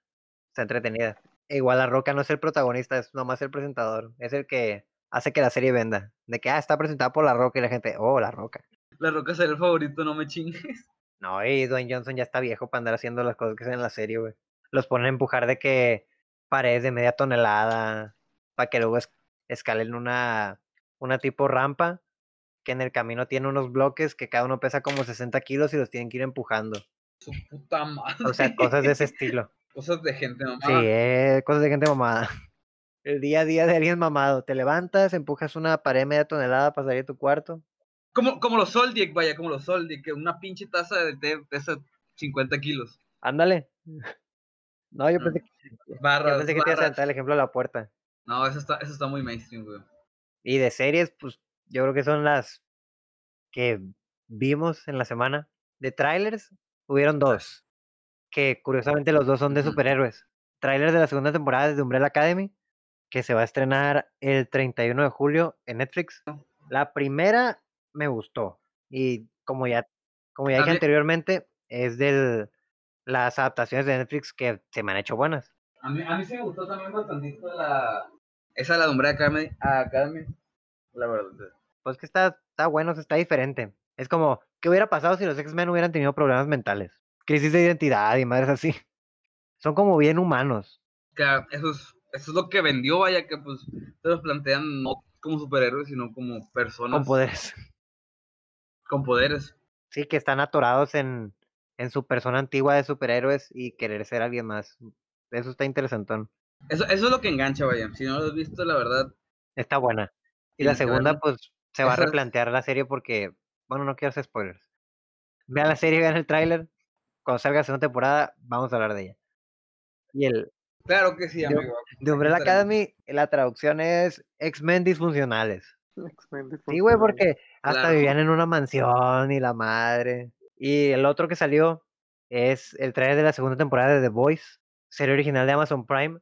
A: está entretenida. E igual La Roca no es el protagonista, es nomás el presentador. Es el que hace que la serie venda. De que, ah, está presentada por La Roca y la gente, oh, La Roca.
B: La roca será el favorito, no me chingues. *laughs*
A: No, y Dwayne Johnson ya está viejo para andar haciendo las cosas que hacen en la serie, güey. Los ponen a empujar de que paredes de media tonelada para que luego es- escalen una, una tipo rampa que en el camino tiene unos bloques que cada uno pesa como 60 kilos y los tienen que ir empujando.
B: Su puta madre.
A: O sea, cosas de ese estilo.
B: *laughs* Cosas de gente, mamá.
A: Sí, eh, cosas de gente mamada. *laughs* El día a día de alguien mamado. Te levantas, empujas una pared de media tonelada para salir de tu cuarto.
B: Como, como los Soldic, vaya, como los Soldic, que una pinche taza de té pesa 50 kilos.
A: Ándale. *laughs* No, yo
B: Mm,
A: pensé, que- yo
B: Barras,
A: pensé que te ibas a
B: barras.
A: aventar el ejemplo de la puerta.
B: No, eso está, eso está muy mainstream, güey.
A: Y de series, pues yo creo que son las que vimos en la semana. De trailers, hubieron dos. Que curiosamente los dos son de
B: Ujú.
A: superhéroes. Trailers de la segunda temporada de Umbrella Academy, que se va a estrenar el 31 de julio en Netflix. La primera me gustó. Y como ya, como ya
B: A
A: dije
B: mí-
A: anteriormente, es de las adaptaciones de Netflix que se me han hecho buenas.
B: A mí, a mí sí me gustó también bastante la... Esa la Umbrella Academy, Academy, la verdad.
A: Pues que está, está bueno, o sea, está diferente. Es como, ¿qué hubiera pasado si los X-Men hubieran tenido problemas mentales? Crisis de identidad y madres así. Son como bien humanos.
B: Que ah, eso es, eso es lo que vendió, vaya, que pues se los plantean no como superhéroes, sino como personas
A: Con poderes. *laughs*
B: con poderes.
A: Sí, que están atorados en, en su persona antigua de superhéroes y querer ser alguien más. Eso está interesantón.
B: Eso, eso es lo que engancha, vaya. Si no lo has visto, la verdad,
A: Está buena. Y la
B: Tienes que
A: segunda,
B: verla.
A: pues, se va a
B: Esa es-
A: replantear la serie porque, bueno, no quiero hacer spoilers. Vean la serie, vean el tráiler. Cuando salga la segunda temporada, vamos a hablar de ella. Y el,
B: claro que sí,
A: Yo-
B: amigo.
A: De
B: Aquí
A: Umbrella
B: estaremos.
A: Academy, la traducción es X-Men disfuncionales.
C: X-Men
A: Sí, güey,
C: disfuncionales.
A: porque hasta
B: Claro.
A: vivían en una mansión y la madre. Y el otro que salió es el trailer de la segunda temporada de The Voice, serie original de Amazon Prime.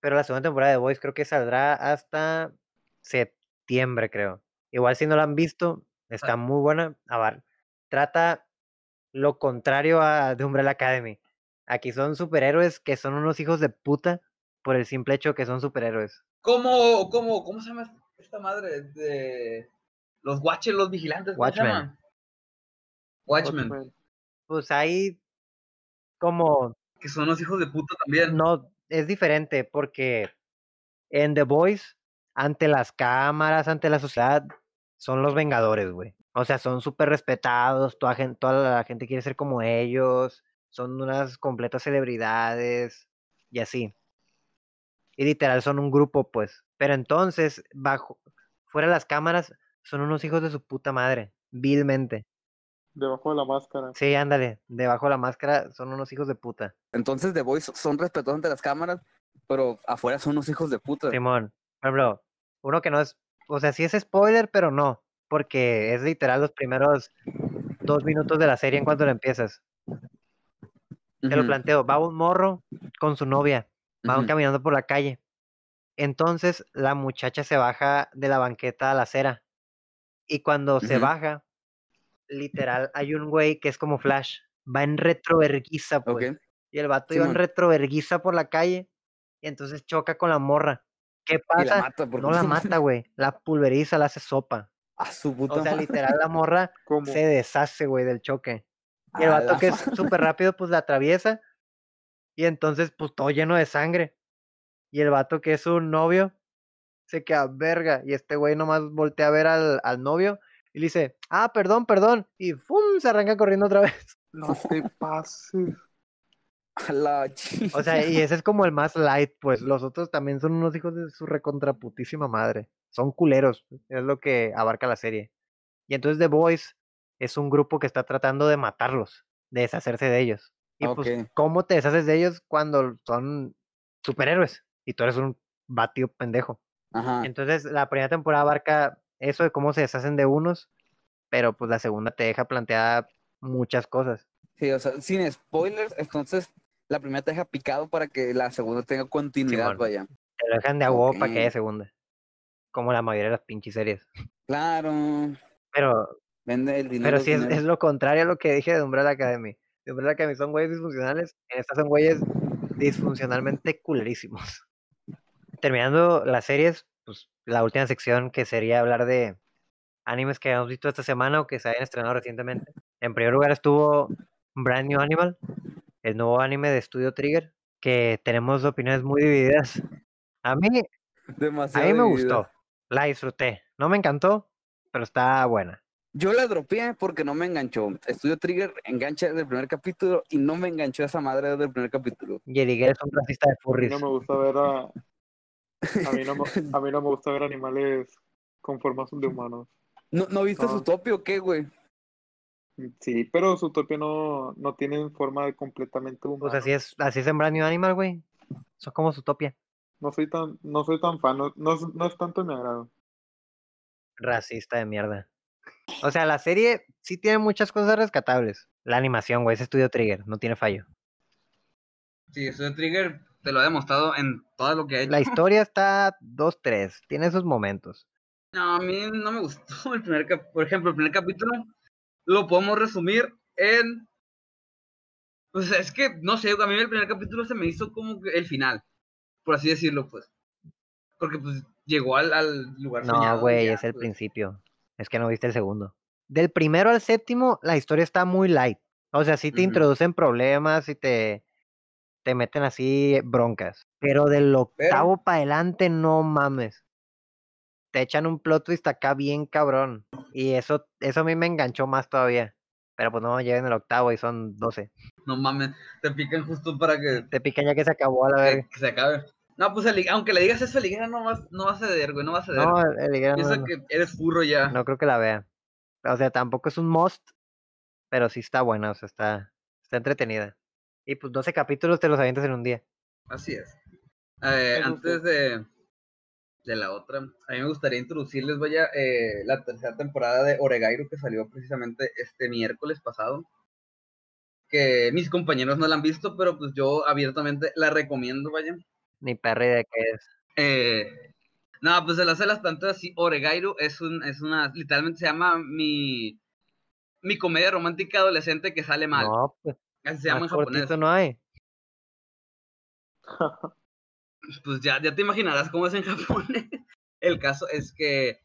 A: Pero la segunda temporada de The Voice creo que saldrá hasta septiembre, creo. Igual si no la han visto, está muy buena. A ver, trata lo contrario a de Umbrella Academy. Aquí son superhéroes que son unos hijos de puta por el simple hecho que son superhéroes.
B: ¿Cómo, cómo, cómo se llama esta madre? De... Los Watchers, los vigilantes. ¿cómo se
A: Watchmen.
B: llaman? Watchmen.
C: Watchmen.
A: Pues ahí como
B: Que son los hijos de puta también.
A: No, es diferente porque en The Voice, ante las cámaras, ante la sociedad, son los vengadores, güey. O sea, son súper respetados, toda, gen- toda la gente quiere ser como ellos, son unas completas celebridades y así. Y literal, son un grupo, pues. Pero entonces, bajo, fuera de las cámaras, son unos hijos de su puta madre, vilmente.
C: Debajo de la máscara.
A: Sí, ándale, debajo de la máscara son unos hijos de puta.
D: Entonces, The Voice son respetuosos ante las cámaras, pero afuera son unos hijos de puta.
A: Simón, por ejemplo, uno que no es, o sea, sí es spoiler, pero no, porque es literal los primeros dos minutos de la serie en cuanto la empiezas. Te lo
D: Ujú,
A: planteo, va un morro con su novia, van
D: ujú.
A: caminando por la calle. Entonces la muchacha se baja de la banqueta a la acera y cuando se
D: Ujú.
A: baja, literal, hay un güey que es como Flash, va en retroverguiza, pues.
D: Ok.
A: Y el vato iba en
D: Simón.
A: retroverguiza por la calle y entonces choca con la morra. ¿Qué
D: Y la
A: pasa?
D: mata porque
A: No
D: *laughs*
A: la mata, güey. La pulveriza, la hace sopa.
D: A su puta
A: O sea,
D: madre.
A: literal,
D: *laughs*
A: la morra
C: ¿Cómo?
A: se deshace, güey, del choque. Y el
D: A
A: vato
D: la *laughs*
A: que es
D: madre.
A: súper rápido, pues la atraviesa. Y entonces, pues todo lleno de sangre. Y el vato que es un novio se queda verga. Y este güey nomás voltea a ver al, al novio y le dice, ah, perdón, perdón. Y ¡fum! se arranca corriendo otra vez.
C: No te pases.
D: A la chi-
A: O sea, y ese es como el más light, pues los otros también son unos hijos de su recontraputísima madre. Son culeros, es lo que abarca la serie. Y entonces The Boys es un grupo que está tratando de matarlos, de deshacerse de ellos. Y pues,
D: Ok.
A: ¿cómo te deshaces de ellos cuando son superhéroes? Y tú eres un batido pendejo.
B: Ah.
D: Ajá.
A: Entonces, la primera temporada abarca eso de cómo se deshacen de unos, pero pues la segunda te deja planteada muchas cosas.
D: Sí, o sea, sin spoilers, entonces la primera te deja picado para que la segunda tenga continuidad,
A: Simón.
D: vaya.
A: Te lo dejan de agua para que haya
D: Ok.
A: segunda. Como la mayoría de las pinches series.
D: Claro,
A: Pero,
D: vende el dinero.
A: pero sí es, es lo contrario a lo que dije de Umbrella Academy. De Umbrella Academy son güeyes disfuncionales. En estas son güeyes disfuncionalmente culerísimos. *laughs* Terminando las series, pues la última sección que sería hablar de animes que hayamos visto esta semana o que se hayan estrenado recientemente. En primer lugar estuvo Brand New Animal, el nuevo anime de Studio Trigger, que tenemos opiniones muy divididas. A mí A
D: Demasiado
A: mí me
D: dividido.
A: gustó, la disfruté. No me encantó, pero está buena.
D: Yo la dropeé porque no me enganchó. Estudio Trigger engancha desde el primer capítulo y no me enganchó esa madre desde el primer capítulo.
A: Yeriguer es un racista de
C: A mí
A: furries.
C: no me gusta ver a... A mí no, me- a mí no me gusta ver animales con formas de humanos.
D: ¿No, no viste
C: No.
D: su tope o qué, güey?
C: Sí, pero Zootopia no, no tiene forma de completamente humana.
A: Pues así es, así es en Brand New Animal, güey. Eso es como su topia.
C: No soy tan, no soy tan fan, no, no, es- no es tanto de mi agrado.
A: Racista de mierda. O sea, la serie sí tiene muchas cosas rescatables. La animación, güey, es estudio Trigger, no tiene fallo.
B: Sí, eso de Trigger te lo ha demostrado en todo lo que ha hecho.
A: La historia está 2-3, tiene esos momentos.
B: No, a mí no me gustó *laughs* el primer cap- Por ejemplo, el primer capítulo lo podemos resumir en. Pues es que, no sé, a mí el primer capítulo se me hizo como que el final, por así decirlo, pues. Porque pues llegó al, al lugar soñado
A: No,
B: y
A: güey,
B: ya,
A: es el
B: pues.
A: principio. Es que no viste el segundo. Del primero al séptimo, la historia está muy light. O sea, sí te
B: Ujú.
A: introducen problemas y te, te meten así broncas. Pero del octavo para adelante, no mames. Te echan un plot twist acá bien cabrón. Y eso, eso a mí me enganchó más todavía. Pero pues no, llegan el octavo y son 12.
B: No mames, te pican justo para que,
A: Te pican ya que se acabó a la verga.
B: que- que se acabe. No, pues el- aunque le digas eso a Liguera, no vas, no va a ceder, güey, no va a ceder.
A: No, el- el Higuera no,
B: Piensa
A: no.
B: que eres furro ya.
A: No creo que la vea. O sea, tampoco es un must, pero sí está buena, o sea, está, está entretenida. Y pues 12 capítulos te los avientas en un día.
B: Así es. Eh,
C: Eso
B: antes de, de la otra, a mí me gustaría introducirles, vaya, eh, la tercera temporada de Oregairu que salió precisamente este miércoles pasado. Que mis compañeros no la han visto, pero pues yo abiertamente la recomiendo, vaya.
A: Ni perra idea de qué es.
B: Eh, no, pues se las se las planteo así. Oregairu es, un, es una, literalmente se llama mi, mi comedia romántica adolescente que sale mal.
A: No, pues
B: Así se llama en
A: más
B: japonés.
A: cortito no hay.
B: pues ya, ya te imaginarás cómo es en *laughs* Japón. El caso es que,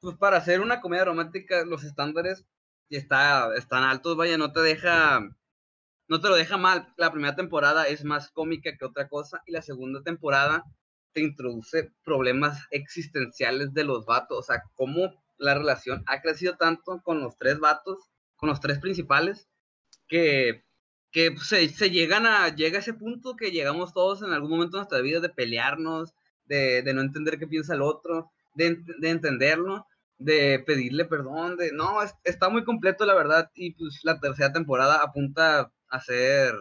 B: pues para hacer una comedia romántica, los estándares y está, están altos, vaya, no te deja, no te lo deja mal. La primera temporada es más cómica que otra cosa y la segunda temporada te introduce problemas existenciales de los vatos, o sea, cómo la relación ha crecido tanto con los tres vatos, con los tres principales, que que pues, se, se llegan a, llega ese punto que llegamos todos en algún momento de nuestra vida de pelearnos, de, de no entender qué piensa el otro, de, ent- de entenderlo, de pedirle perdón, de no, es- está muy completo la verdad y pues la tercera temporada apunta a ser,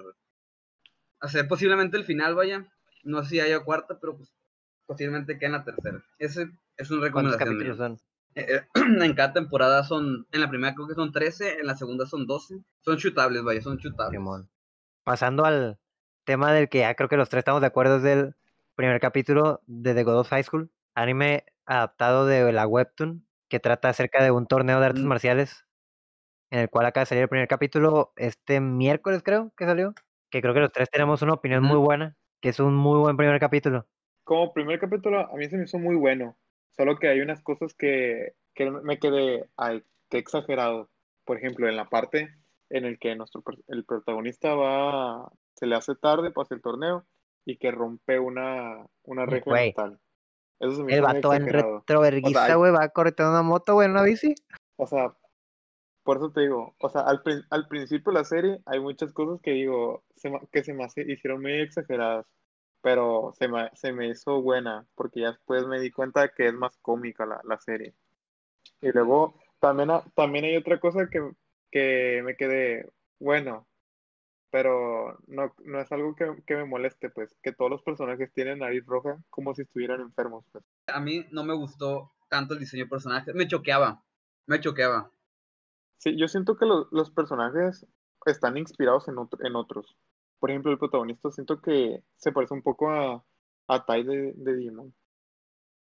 B: a ser posiblemente el final, vaya, no sé si haya cuarta, pero pues posiblemente queda en la tercera. Ese es una
A: ¿Cuántos
B: recomendación. mía.
A: capítulos son?
B: Eh, *clears throat* en cada temporada son, en la primera creo que son 13, en la segunda son 12, son chutables, vaya, son chutables.
A: Simón. Pasando al tema del que ya creo que los tres estamos de acuerdo, es del primer capítulo de The God of High School, anime adaptado de la webtoon, que trata acerca de un torneo de artes
B: Mm.
A: marciales, en el cual acaba de salir el primer capítulo este miércoles, creo que salió, que creo que los tres tenemos una opinión muy
B: Ujú.
A: buena, que es un muy buen primer capítulo.
C: Como primer capítulo, a mí se me hizo muy bueno. Solo que hay unas cosas que, que me quedé, ay, qué exagerado. Por ejemplo, en la parte en el que nuestro, per- el protagonista va, se le hace tarde, pasa el torneo y que rompe una, una regla
A: Güey.
C: mental. Eso se me
A: El
C: hizo muy
A: vato en
C: exagerado.
A: retroverguiza,
C: hay-
A: güey, va correteando una moto, güey, en una bici.
C: O sea, Por eso te digo, o sea, al, prin- al principio de la serie hay muchas cosas que digo se ma- que se me hace- hicieron muy exageradas, pero se me, se me hizo buena, porque ya después me di cuenta que es más cómica la, la serie. Y luego también, ha- también hay otra cosa que, que me quedé, bueno, pero no, no es algo que, que me moleste, pues, que todos los personajes tienen nariz roja como si estuvieran enfermos, pues.
B: A mí no me gustó tanto el diseño de personajes. Me choqueaba. Me choqueaba.
C: Sí, yo siento que lo- los personajes están inspirados en, otro- en otros. Por ejemplo, el protagonista siento que se parece un poco a, a Tai de, de Digimon.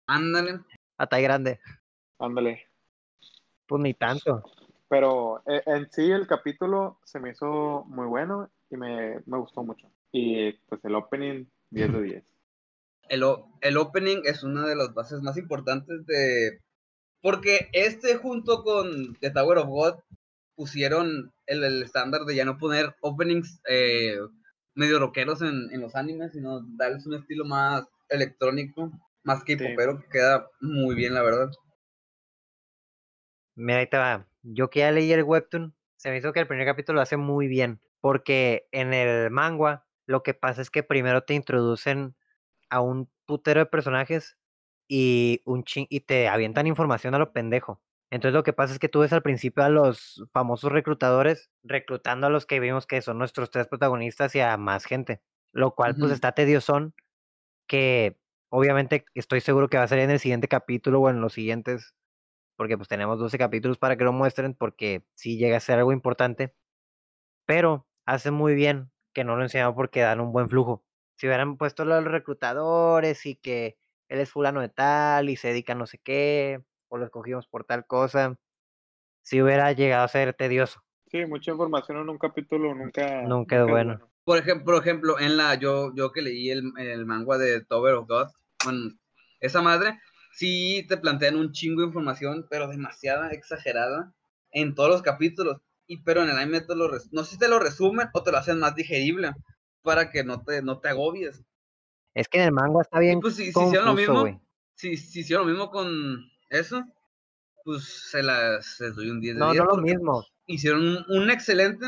B: Ándale.
A: Hasta ahí grande.
C: Ándale.
A: Pues ni tanto.
C: Pero eh, en sí el capítulo se me hizo muy bueno y me, me gustó mucho. Y pues el opening 10 de 10.
B: El, o- el opening es una de las bases más importantes de... Porque este junto con The Tower of God pusieron el el estándar de ya no poner openings eh, medio rockeros en, en los animes, sino darles un estilo más electrónico, más que popero, que queda muy bien, la verdad.
A: Mira, ahí te va. Yo que ya leí el webtoon, se me hizo que el primer capítulo lo hace muy bien. Porque en el manga, lo que pasa es que primero te introducen a un putero de personajes y, un chin- y te avientan información a lo pendejo. Entonces lo que pasa es que tú ves al principio a los famosos reclutadores reclutando a los que vimos que son nuestros tres protagonistas y a más gente. Lo cual pues
B: Ujú.
A: está tediosón que obviamente estoy seguro que va a salir en el siguiente capítulo o en los siguientes porque pues tenemos 12 capítulos para que lo muestren, porque sí llega a ser algo importante, pero hacen muy bien que no lo enseñaron porque dan un buen flujo. Si hubieran puesto lo de los reclutadores y que él es fulano de tal y se dedica a no sé qué, o lo escogimos por tal cosa, si hubiera llegado a ser tedioso.
C: *laughs* Sí, mucha información en un capítulo nunca,
A: Nunca es bueno.
B: Por ejemplo, por ejemplo, en la yo yo que leí el, el manga de Tower of God, bueno, esa madre sí te plantean un chingo de información, pero demasiada exagerada en todos los capítulos. Y pero en el anime te lo res- no sé si te lo resumen o te lo hacen más digerible para que no te no te agobies.
A: Es que en el manga está
B: Y
A: bien
B: pues si, si hicieron
A: confuso,
B: lo mismo,
A: güey.
B: si, si hicieron lo mismo con eso, pues se las les doy un 10 de
A: No,
B: 10
A: no lo
B: porque
A: mismo,
B: hicieron un- una excelente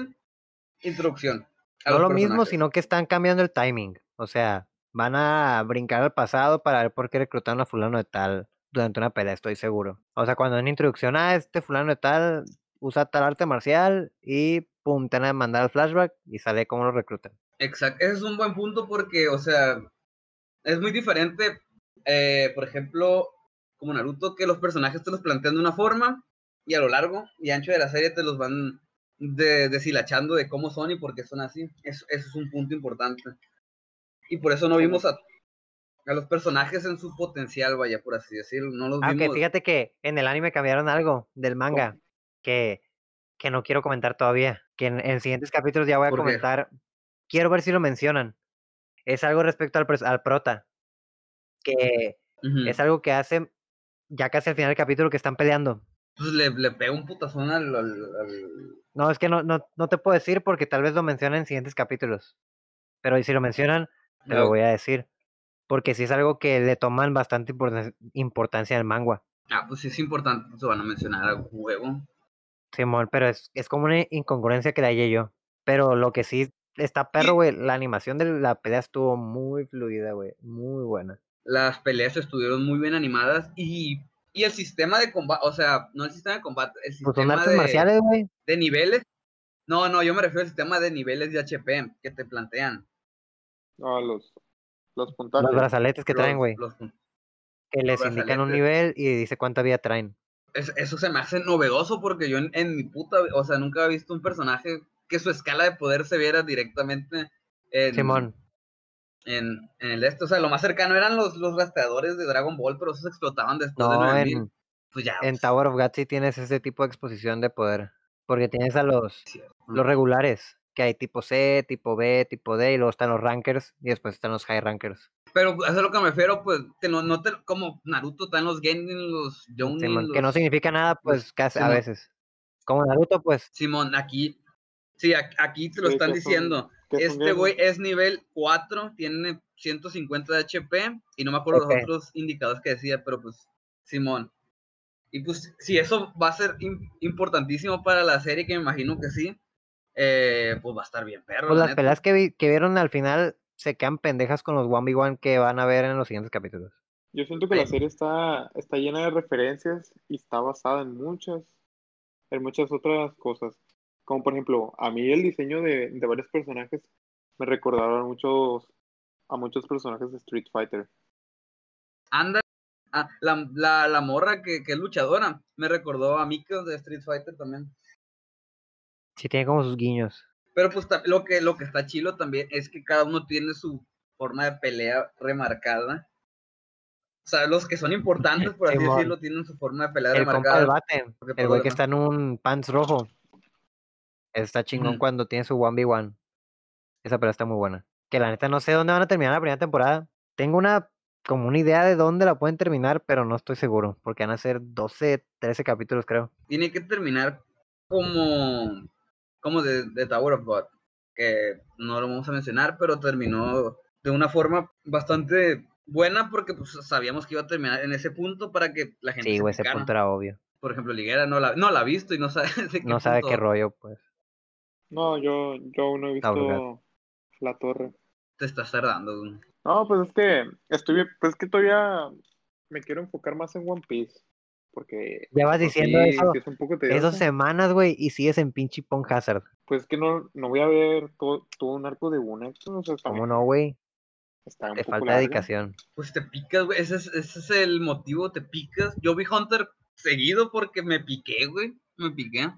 B: introducción. a
A: no
B: los
A: lo mismo,
B: personajes.
A: sino que están cambiando el timing. O sea, van a brincar al pasado para ver por qué reclutaron a fulano de tal durante una pelea, estoy seguro. O sea, cuando en introducción a este fulano de tal usa tal arte marcial y pum, te van a mandar al flashback y sale cómo lo reclutan.
B: Exacto, ese es un buen punto porque, o sea, es muy diferente, eh, por ejemplo, como Naruto, que los personajes te los plantean de una forma y a lo largo y ancho de la serie te los van de- deshilachando de cómo son y por qué son así. Es- eso es un punto importante. Y por eso no
C: Como-
B: vimos a, a los personajes en su potencial, vaya, por así decirlo. No los
A: Aunque
B: vimos.
A: Ah, fíjate que en el anime cambiaron algo del manga que, que no quiero comentar todavía, que en, en siguientes capítulos ya voy a
B: ¿Por qué?
A: comentar. Quiero ver si lo mencionan. Es algo respecto al, pres- al prota. Que
B: Ujú.
A: es algo que hace ya casi al final del capítulo que están peleando.
B: Entonces Pues le, le pega un putazón al- al- al,
A: No, es que no, no, no te puedo decir porque tal vez lo mencionen en siguientes capítulos. Pero y si lo mencionan, te
B: Ah,
A: lo voy a decir. Porque sí es algo que le toman bastante importan- importancia al manga.
B: Ah, pues sí es importante, se van a mencionar a juego.
A: Simón, pero es, es como una incongruencia que le hallé yo. Pero lo que sí está perro, güey, la animación de la pelea estuvo muy fluida, güey. Muy buena.
B: las peleas estuvieron muy bien animadas y, y el sistema de combate, o sea, no el sistema de combate, el
A: Pues son
B: sistema
A: artes
B: de,
A: marciales, güey.
B: de niveles. No, no, yo me refiero al sistema de niveles de HP que te plantean.
C: No, los, los puntajes.
A: Los brazaletes que traen,
B: los-
A: güey.
B: los pun-
A: Que les indican un nivel y dice cuánta vida traen.
B: es- eso se me hace novedoso porque yo en, en mi puta, vi- o sea, nunca había visto un personaje que su escala de poder se viera directamente en,
A: Simón.
B: en, en el este. O sea, lo más cercano eran los, los rastreadores de Dragon Ball, pero esos explotaban después de
A: No,
B: 9000.
A: en,
B: Pues ya,
A: en Tower of God sí tienes ese tipo de exposición de poder. Porque tienes a los, los regulares, que hay tipo C, tipo B, tipo D, y luego están los rankers, y después están los high rankers.
B: Pero eso es a lo que me refiero, pues, que no, no te, como Naruto está en los Genin, los Jonin,
A: Simón, que no
B: los-
A: significa nada, pues casi a
B: Simón.
A: veces. Como Naruto, pues
B: Simón, aquí, sí, ac- aquí te lo
C: Sí,
B: están
C: que es un-
B: diciendo.
C: que es un
B: Este
C: bien-
B: güey es nivel 4, tiene 150 de HP, y no me acuerdo los
A: Ok.
B: otros indicadores que decía, pero pues, Simón. Y pues si eso va a ser im- importantísimo para la serie, que me imagino que sí, eh, pues va a estar bien, perro.
A: Pues
B: la
A: las
B: neta.
A: peleas que, vi- que vieron al final se quedan pendejas con los 1v1 que van a ver en los siguientes capítulos.
C: Yo siento que la
B: Sí.
C: serie está, está llena de referencias y está basada en muchas, en muchas otras cosas. Como por ejemplo, a mí el diseño de, de varios personajes me recordaron muchos, a muchos personajes de Street Fighter.
B: Anda, ah, la, la, la morra que, que es luchadora, me recordó a Miko de Street Fighter también.
A: Sí, tiene como sus guiños.
B: Pero pues ta- lo que, lo que está chilo también es que cada uno tiene su forma de pelea remarcada. O sea, los que son importantes, por así
A: Simón.
B: decirlo, tienen su forma de pelea
A: El compa
B: remarcada.
A: del bate,
B: porque pues,
A: el
B: todo
A: güey
B: lo
A: que
B: demás-
A: está en un pants rojo. Está chingón
B: Ujú.
A: cuando tiene su 1v1. Esa pelea está muy buena. Que la neta no sé dónde van a terminar la primera temporada. Tengo una como una idea de dónde la pueden terminar, pero no estoy seguro. Porque van a ser 12, 13 capítulos, creo.
B: tiene que terminar como como de, de Tower of God que no lo vamos a mencionar pero terminó de una forma bastante buena porque pues, sabíamos que iba a terminar en ese punto para que la gente
A: Sí,
B: se
A: güey, ese
B: picara.
A: punto era obvio.
B: por ejemplo Liguera no la no la ha visto y no sabe *laughs* de qué
A: No sabe qué
B: punto
A: rollo, pues.
C: No, yo, yo aún no he
A: Ah, ¿verdad?
C: visto La Torre.
B: te estás tardando güey.
C: No, pues es que estoy, pues es que todavía me quiero enfocar más en One Piece. Porque
A: Ya vas
C: pues,
A: diciendo
C: sí,
A: eso.
C: sí es un poco
A: Esas
C: tedioso.
A: semanas, güey, y sigues en pinche Pon Hazard.
C: Pues es que no, no voy a ver todo, todo un arco de una. o sea, está-
A: ¿Cómo no, güey?
C: está un
A: Te
C: poco
A: falta
C: largo.
A: dedicación.
B: pues te picas güey ese es, ese es el motivo te picas yo vi Hunter seguido porque me piqué güey me piqué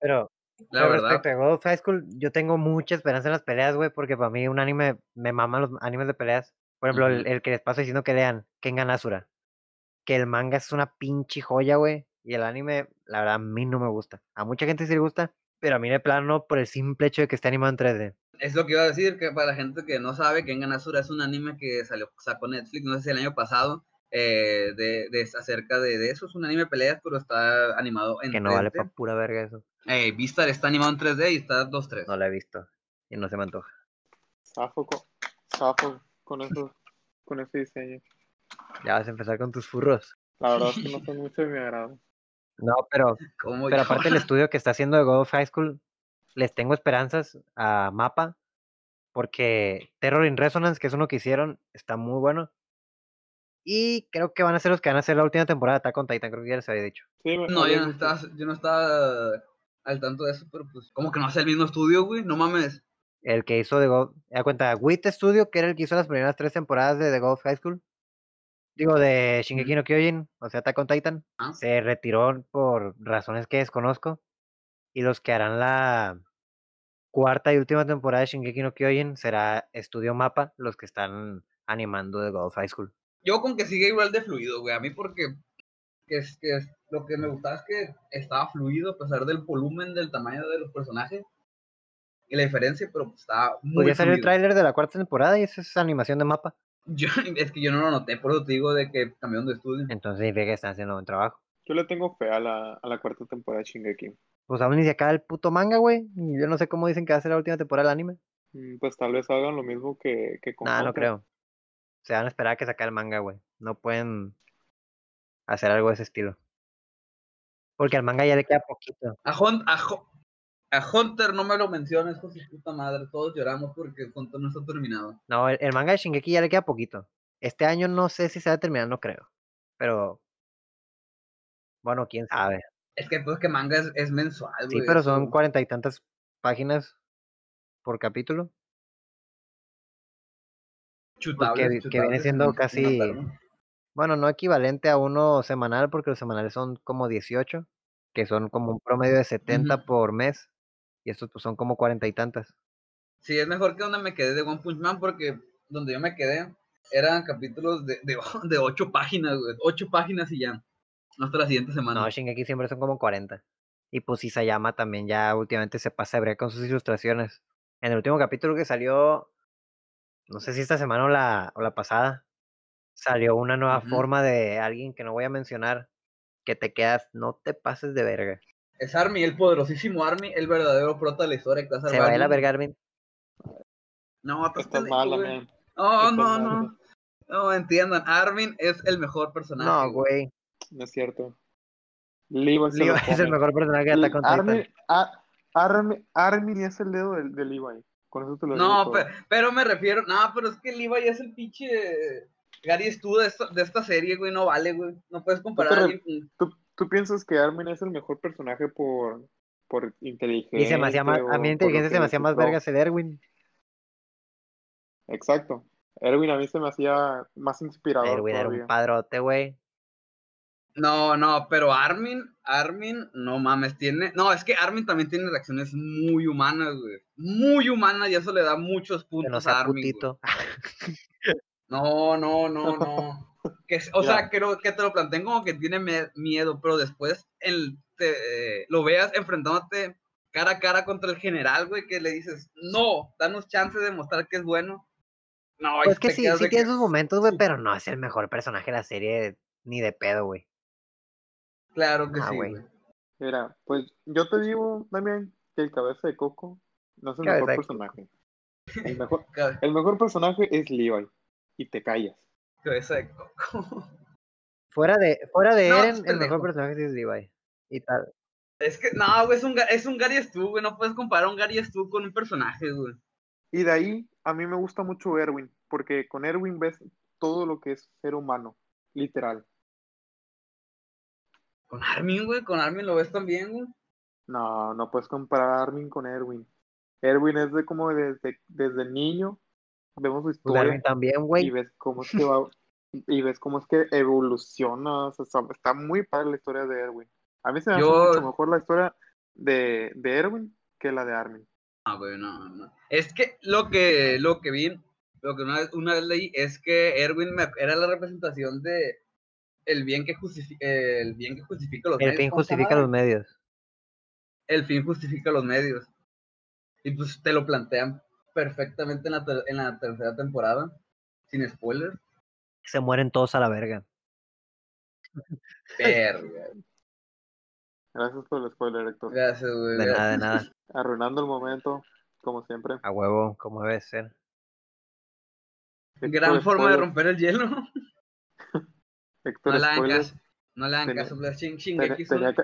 A: Pero,
B: la
A: pero
B: verdad
A: respecto a God of High School, yo tengo mucha esperanza en las peleas, güey, porque para mí un anime, me maman los animes de peleas. Por ejemplo, el,
B: Ujú.
A: el que les paso diciendo que lean Kengan Asura. Que el manga es una pinche joya, güey. Y el anime, la verdad, a mí no me gusta. A mucha gente sí le gusta, pero a mí de plano no por el simple hecho de que esté animado en 3D.
B: Es lo que iba a decir, que para la gente que no sabe, Kengan Asura es un anime que salió, sacó Netflix, no sé si el año pasado, eh, de, de- acerca de, de eso. Es un anime de peleas, pero está animado en
A: Que no
B: 3D.
A: vale para pura verga eso.
B: Eh, Vistar está animado en 3D y está 2-3.
A: No lo he visto. Y no se me antoja.
C: Zafo con, zafo con eso, con ese diseño.
A: Ya vas a empezar con tus furros.
C: La verdad es que no son mucho de mi agrado.
A: No, pero
B: ¿Cómo
A: Pero
B: yo?
A: aparte el estudio que está haciendo de God of High School, les tengo esperanzas a Mapa, porque Terror in Resonance, que es uno que hicieron, está muy bueno. Y creo que van a ser los que van a hacer la última temporada de Attack on Titan, creo que ya les había dicho.
C: Sí, me-
B: *laughs* No,
C: me
B: yo no,
C: gusta.
B: estaba, yo no estaba al tanto de eso, pero pues, como que no hace el mismo estudio, güey, no mames.
A: El que hizo de God, da cuenta, Wit Studio, que era el que hizo las primeras tres temporadas de The God of High School. Digo, de Shingeki no Kyojin, o sea, Attack on Titan,
B: Ah.
A: se retiró por razones que desconozco. Y los que harán la cuarta y última temporada de Shingeki no Kyojin será Estudio Mapa, los que están animando de God of High School.
B: Yo con que sigue igual de fluido, güey, a mí porque que es, que es- lo que me gustaba es que estaba fluido a pesar del volumen, del tamaño de los personajes. Y la diferencia, pero pues, estaba muy
A: Pues ya salió el
B: fluido.
A: tráiler de la cuarta temporada y esa es animación de Mapa.
B: *laughs* Yo, es que yo no lo noté, por eso te digo de que cambiaron de estudio.
A: Entonces significa que están haciendo buen trabajo.
C: Yo le tengo fe a la, a la cuarta temporada de Shingeki.
A: Pues aún ni se acaba el puto manga, güey. Yo no sé cómo dicen que va a ser la última temporada del anime.
C: Mm, Pues tal vez hagan lo mismo que, que con
A: Nah, no
C: Hunter.
A: creo. Se van a esperar a que saque el manga, güey. No pueden hacer algo de ese estilo. Porque al manga ya le queda poquito.
B: A, Hun- a, Ho- a Hunter no me lo menciones, con su puta madre. Todos lloramos porque Hunter no está terminado.
A: No, el, el manga de Shingeki ya le queda poquito. Este año no sé si se va a terminar, no creo. Pero. Bueno, quién sabe.
B: Es que pues que manga es, es mensual,
A: Sí,
B: güey,
A: pero
B: eso-
A: son cuarenta y tantas páginas por capítulo.
B: chutables,
A: vi- que
B: chutables,
A: viene siendo
B: en- en
A: casi-
B: notarlo.
A: Bueno, no equivalente a uno semanal, porque los semanales son como 18, que son como un promedio de 70
B: Ujú.
A: por mes. Y estos pues, son como cuarenta y tantas.
B: Sí, es mejor que donde me quedé de One Punch Man porque donde yo me quedé eran capítulos de, *laughs* de, de ocho páginas, güey. Ocho páginas y ya. Hasta la siguiente semana.
A: Ah, No, Shingeki siempre son como 40. Y pues Isayama también ya últimamente se pasa de brea con sus ilustraciones. En el último capítulo que salió, no sé si esta semana o la, o la pasada, salió una nueva
B: Ujú.
A: forma de alguien que no voy a mencionar, que te quedas, no te pases de verga.
B: Es Army, el poderosísimo Army, el verdadero prota de la historia que está
A: Se va a ir a
B: salvando.
A: vergar bien.
B: No, estás
C: Estás
B: pendejo,
C: mala,
B: güey.
C: man.
B: No,
C: Estás
B: no,
C: mal.
B: no. No, entiendan. Armin es el mejor personaje.
A: No, güey.
C: No es cierto. Levi se
A: Levi
C: lo
A: es el
C: come.
A: mejor personaje de
C: Y
A: Attack on Titan.
C: Armin, a- Armin- Armin es el dedo del de Levi. Con eso te lo digo.
B: No,
C: todo.
B: pe- pero, me refiero. No, pero es que Levi es el pinche Gary Stu de esta, de esta serie, güey. No vale, güey. No puedes comparar a
C: Pero-
B: alguien con-
C: ¿Tú, tú piensas que Armin es el mejor personaje por, por inteligencia?
A: Y se me hacía
B: este
A: más, a mí la inteligencia se me hacía más vergas el Erwin.
C: Exacto. Erwin a mí se me hacía más inspirador.
A: Erwin era
C: todavía.
A: un padrote, güey.
B: No, no, pero Armin, Armin, no mames, tiene. No, es que Armin también tiene reacciones muy humanas, güey. Muy humanas y eso le da muchos
A: Que no
B: puntos a
A: sea
B: Armin. güey.
A: putito.
B: No,
A: *laughs*
B: no, no, no. Que, es- o sea,
C: Claro.
B: que, lo- que te lo planteen como que tiene me- miedo, pero después el, te, eh, lo veas enfrentándote cara a cara contra el general, güey, que le dices, no, danos chance de mostrar que es bueno. No, y
A: Pues es
B: te
A: que sí,
B: quedas
A: sí
B: de
A: tiene
B: que-
A: sus momentos, güey, pero no es el mejor personaje de la serie ni de pedo, güey.
B: Claro que
A: Ah,
B: sí,
A: güey.
B: güey.
C: Mira, pues yo te digo, Damián, que el cabeza de coco no es el
A: Cabeza de
C: mejor personaje. El mejor,
B: Ca-
C: el mejor personaje es Levi. Y te callas.
B: cabeza de coco.
A: Fuera de, fuera de
B: No, es
A: Eren, el
B: pendejo.
A: mejor personaje sí es Levi. Y pues, tal.
B: Es que, no, güey, es un, Ga- es un Gary Stu, güey. No puedes comparar un Gary Stu con un personaje, güey.
C: Y de ahí a mí me gusta mucho Erwin, porque con Erwin ves todo lo que es ser humano, literal.
B: Con Armin, güey. Con Armin lo ves también, güey.
C: No, no puedes comparar a Armin con Erwin. Erwin es de como desde, desde niño, vemos su
A: Pues Erwin
C: historia
A: también,
C: y
A: güey.
C: ves
B: *laughs*
C: cómo es que va y ves cómo es que evoluciona, o sea, está, está muy padre la historia de Erwin. A mí se me hace
B: Yo-
C: mucho mejor la historia de, de Erwin que la de Armin.
B: No, güey, no, no. Es que lo que, lo que vi, lo que una vez, una vez leí es que Erwin me- era la representación de el bien que justifica, el bien que justifica los
A: El fin
B: ¿cómo se llama,
A: justifica
B: güey?
A: los medios.
B: El fin justifica los medios. Y pues te lo plantean perfectamente en la, ter- en la tercera temporada, sin
A: *laughs*
B: spoilers.
A: Se mueren todos a la
B: *laughs*
A: verga.
B: Verga.
C: Gracias por el spoiler, Héctor.
B: Gracias, güey.
A: De nada, de nada.
C: Arruinando el momento, como siempre.
A: A huevo, como debe ser. *laughs*
C: Héctor,
B: Gran forma de
C: spoiler.
B: romper el hielo.
C: Héctor,
B: No le hagan
C: spoiler.
B: caso. No le hagan
C: Tenía-
B: caso. Black Shin-
C: Ten-
B: Shingeki son-
C: tenía, que,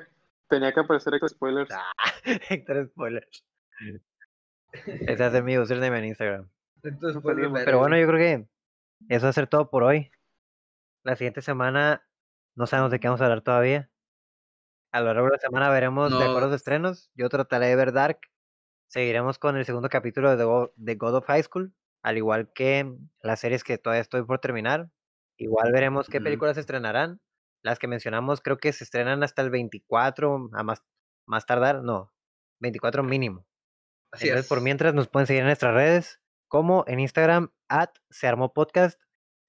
C: tenía que aparecer Héctor Spoilers.
A: Ah. Héctor Spoilers.
B: Mm.
A: Ese hace mi username en Instagram.
B: Entonces,
C: no
B: pues,
C: teníamos.
B: verga,
A: Pero
B: güey.
A: bueno, yo creo que eso va a ser todo por hoy. La siguiente semana no sabemos de qué vamos a hablar todavía. A lo largo de la semana veremos de
B: No.
A: acuerdo a los estrenos. Yo trataré de ver Dark. Seguiremos con el segundo capítulo de, The Go- de God of High School, al igual que las series que todavía estoy por terminar. Igual veremos qué
B: Ujú.
A: películas se estrenarán. Las que mencionamos creo que se estrenan hasta el 24, a más, más tardar, no, 24 mínimo.
B: Así
A: Entonces, por
B: es.
A: mientras, nos pueden seguir en nuestras redes, como en Instagram, at se armó podcast,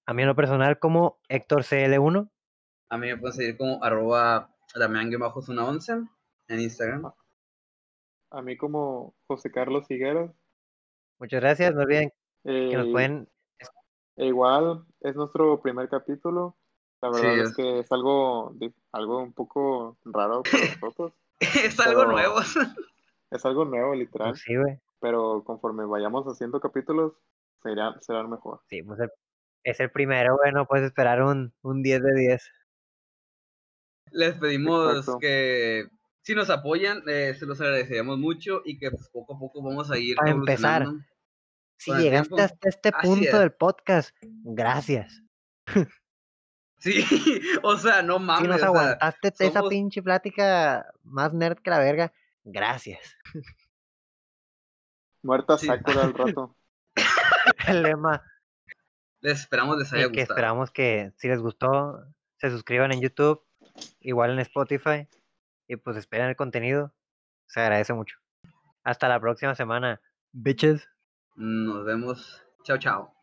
A: a mí en lo personal como Héctor CL1,
B: A mí me pueden seguir como arroba damián-once en
C: Ah.
B: Instagram.
C: A mí como José Carlos Higueras.
A: Muchas gracias, no olviden que nos
C: eh,
A: pueden,
C: e igual es nuestro primer capítulo. La
B: Sí,
C: verdad es
B: es.
C: que es algo, di- algo un poco raro
B: *laughs*
C: para nosotros.
B: *laughs* es algo
C: Pero-
B: nuevo. *laughs*
C: Es algo nuevo, literal.
A: pues, sí, güey,
C: Pero conforme vayamos haciendo capítulos, será, será mejor.
A: sí, pues, el- es el primero, güey, no puedes esperar un, un 10 de 10.
B: Les pedimos
C: Exacto.
B: que si nos apoyan, eh, se los agradeceríamos mucho y que pues, poco a poco vamos a ir
A: Para empezar.
B: evolucionando.
A: Si
B: Con el
A: llegaste
B: tiempo,
A: hasta este
B: así
A: punto
B: es.
A: del podcast, gracias.
B: Sí, *laughs* o sea, no mames.
A: Si
B: o
A: nos
B: sea,
A: aguantaste esa
B: somos-
A: pinche plática más nerd que la verga, gracias. *laughs*
C: Muerta
B: Sí.
C: Sakura al rato.
A: El lema.
B: les esperamos les haya
A: y que
B: gustado.
A: esperamos que si les gustó, se suscriban en YouTube, igual en Spotify, y pues esperen el contenido. Se agradece mucho. Hasta la próxima semana, bitches.
B: Nos vemos. Chao, chao.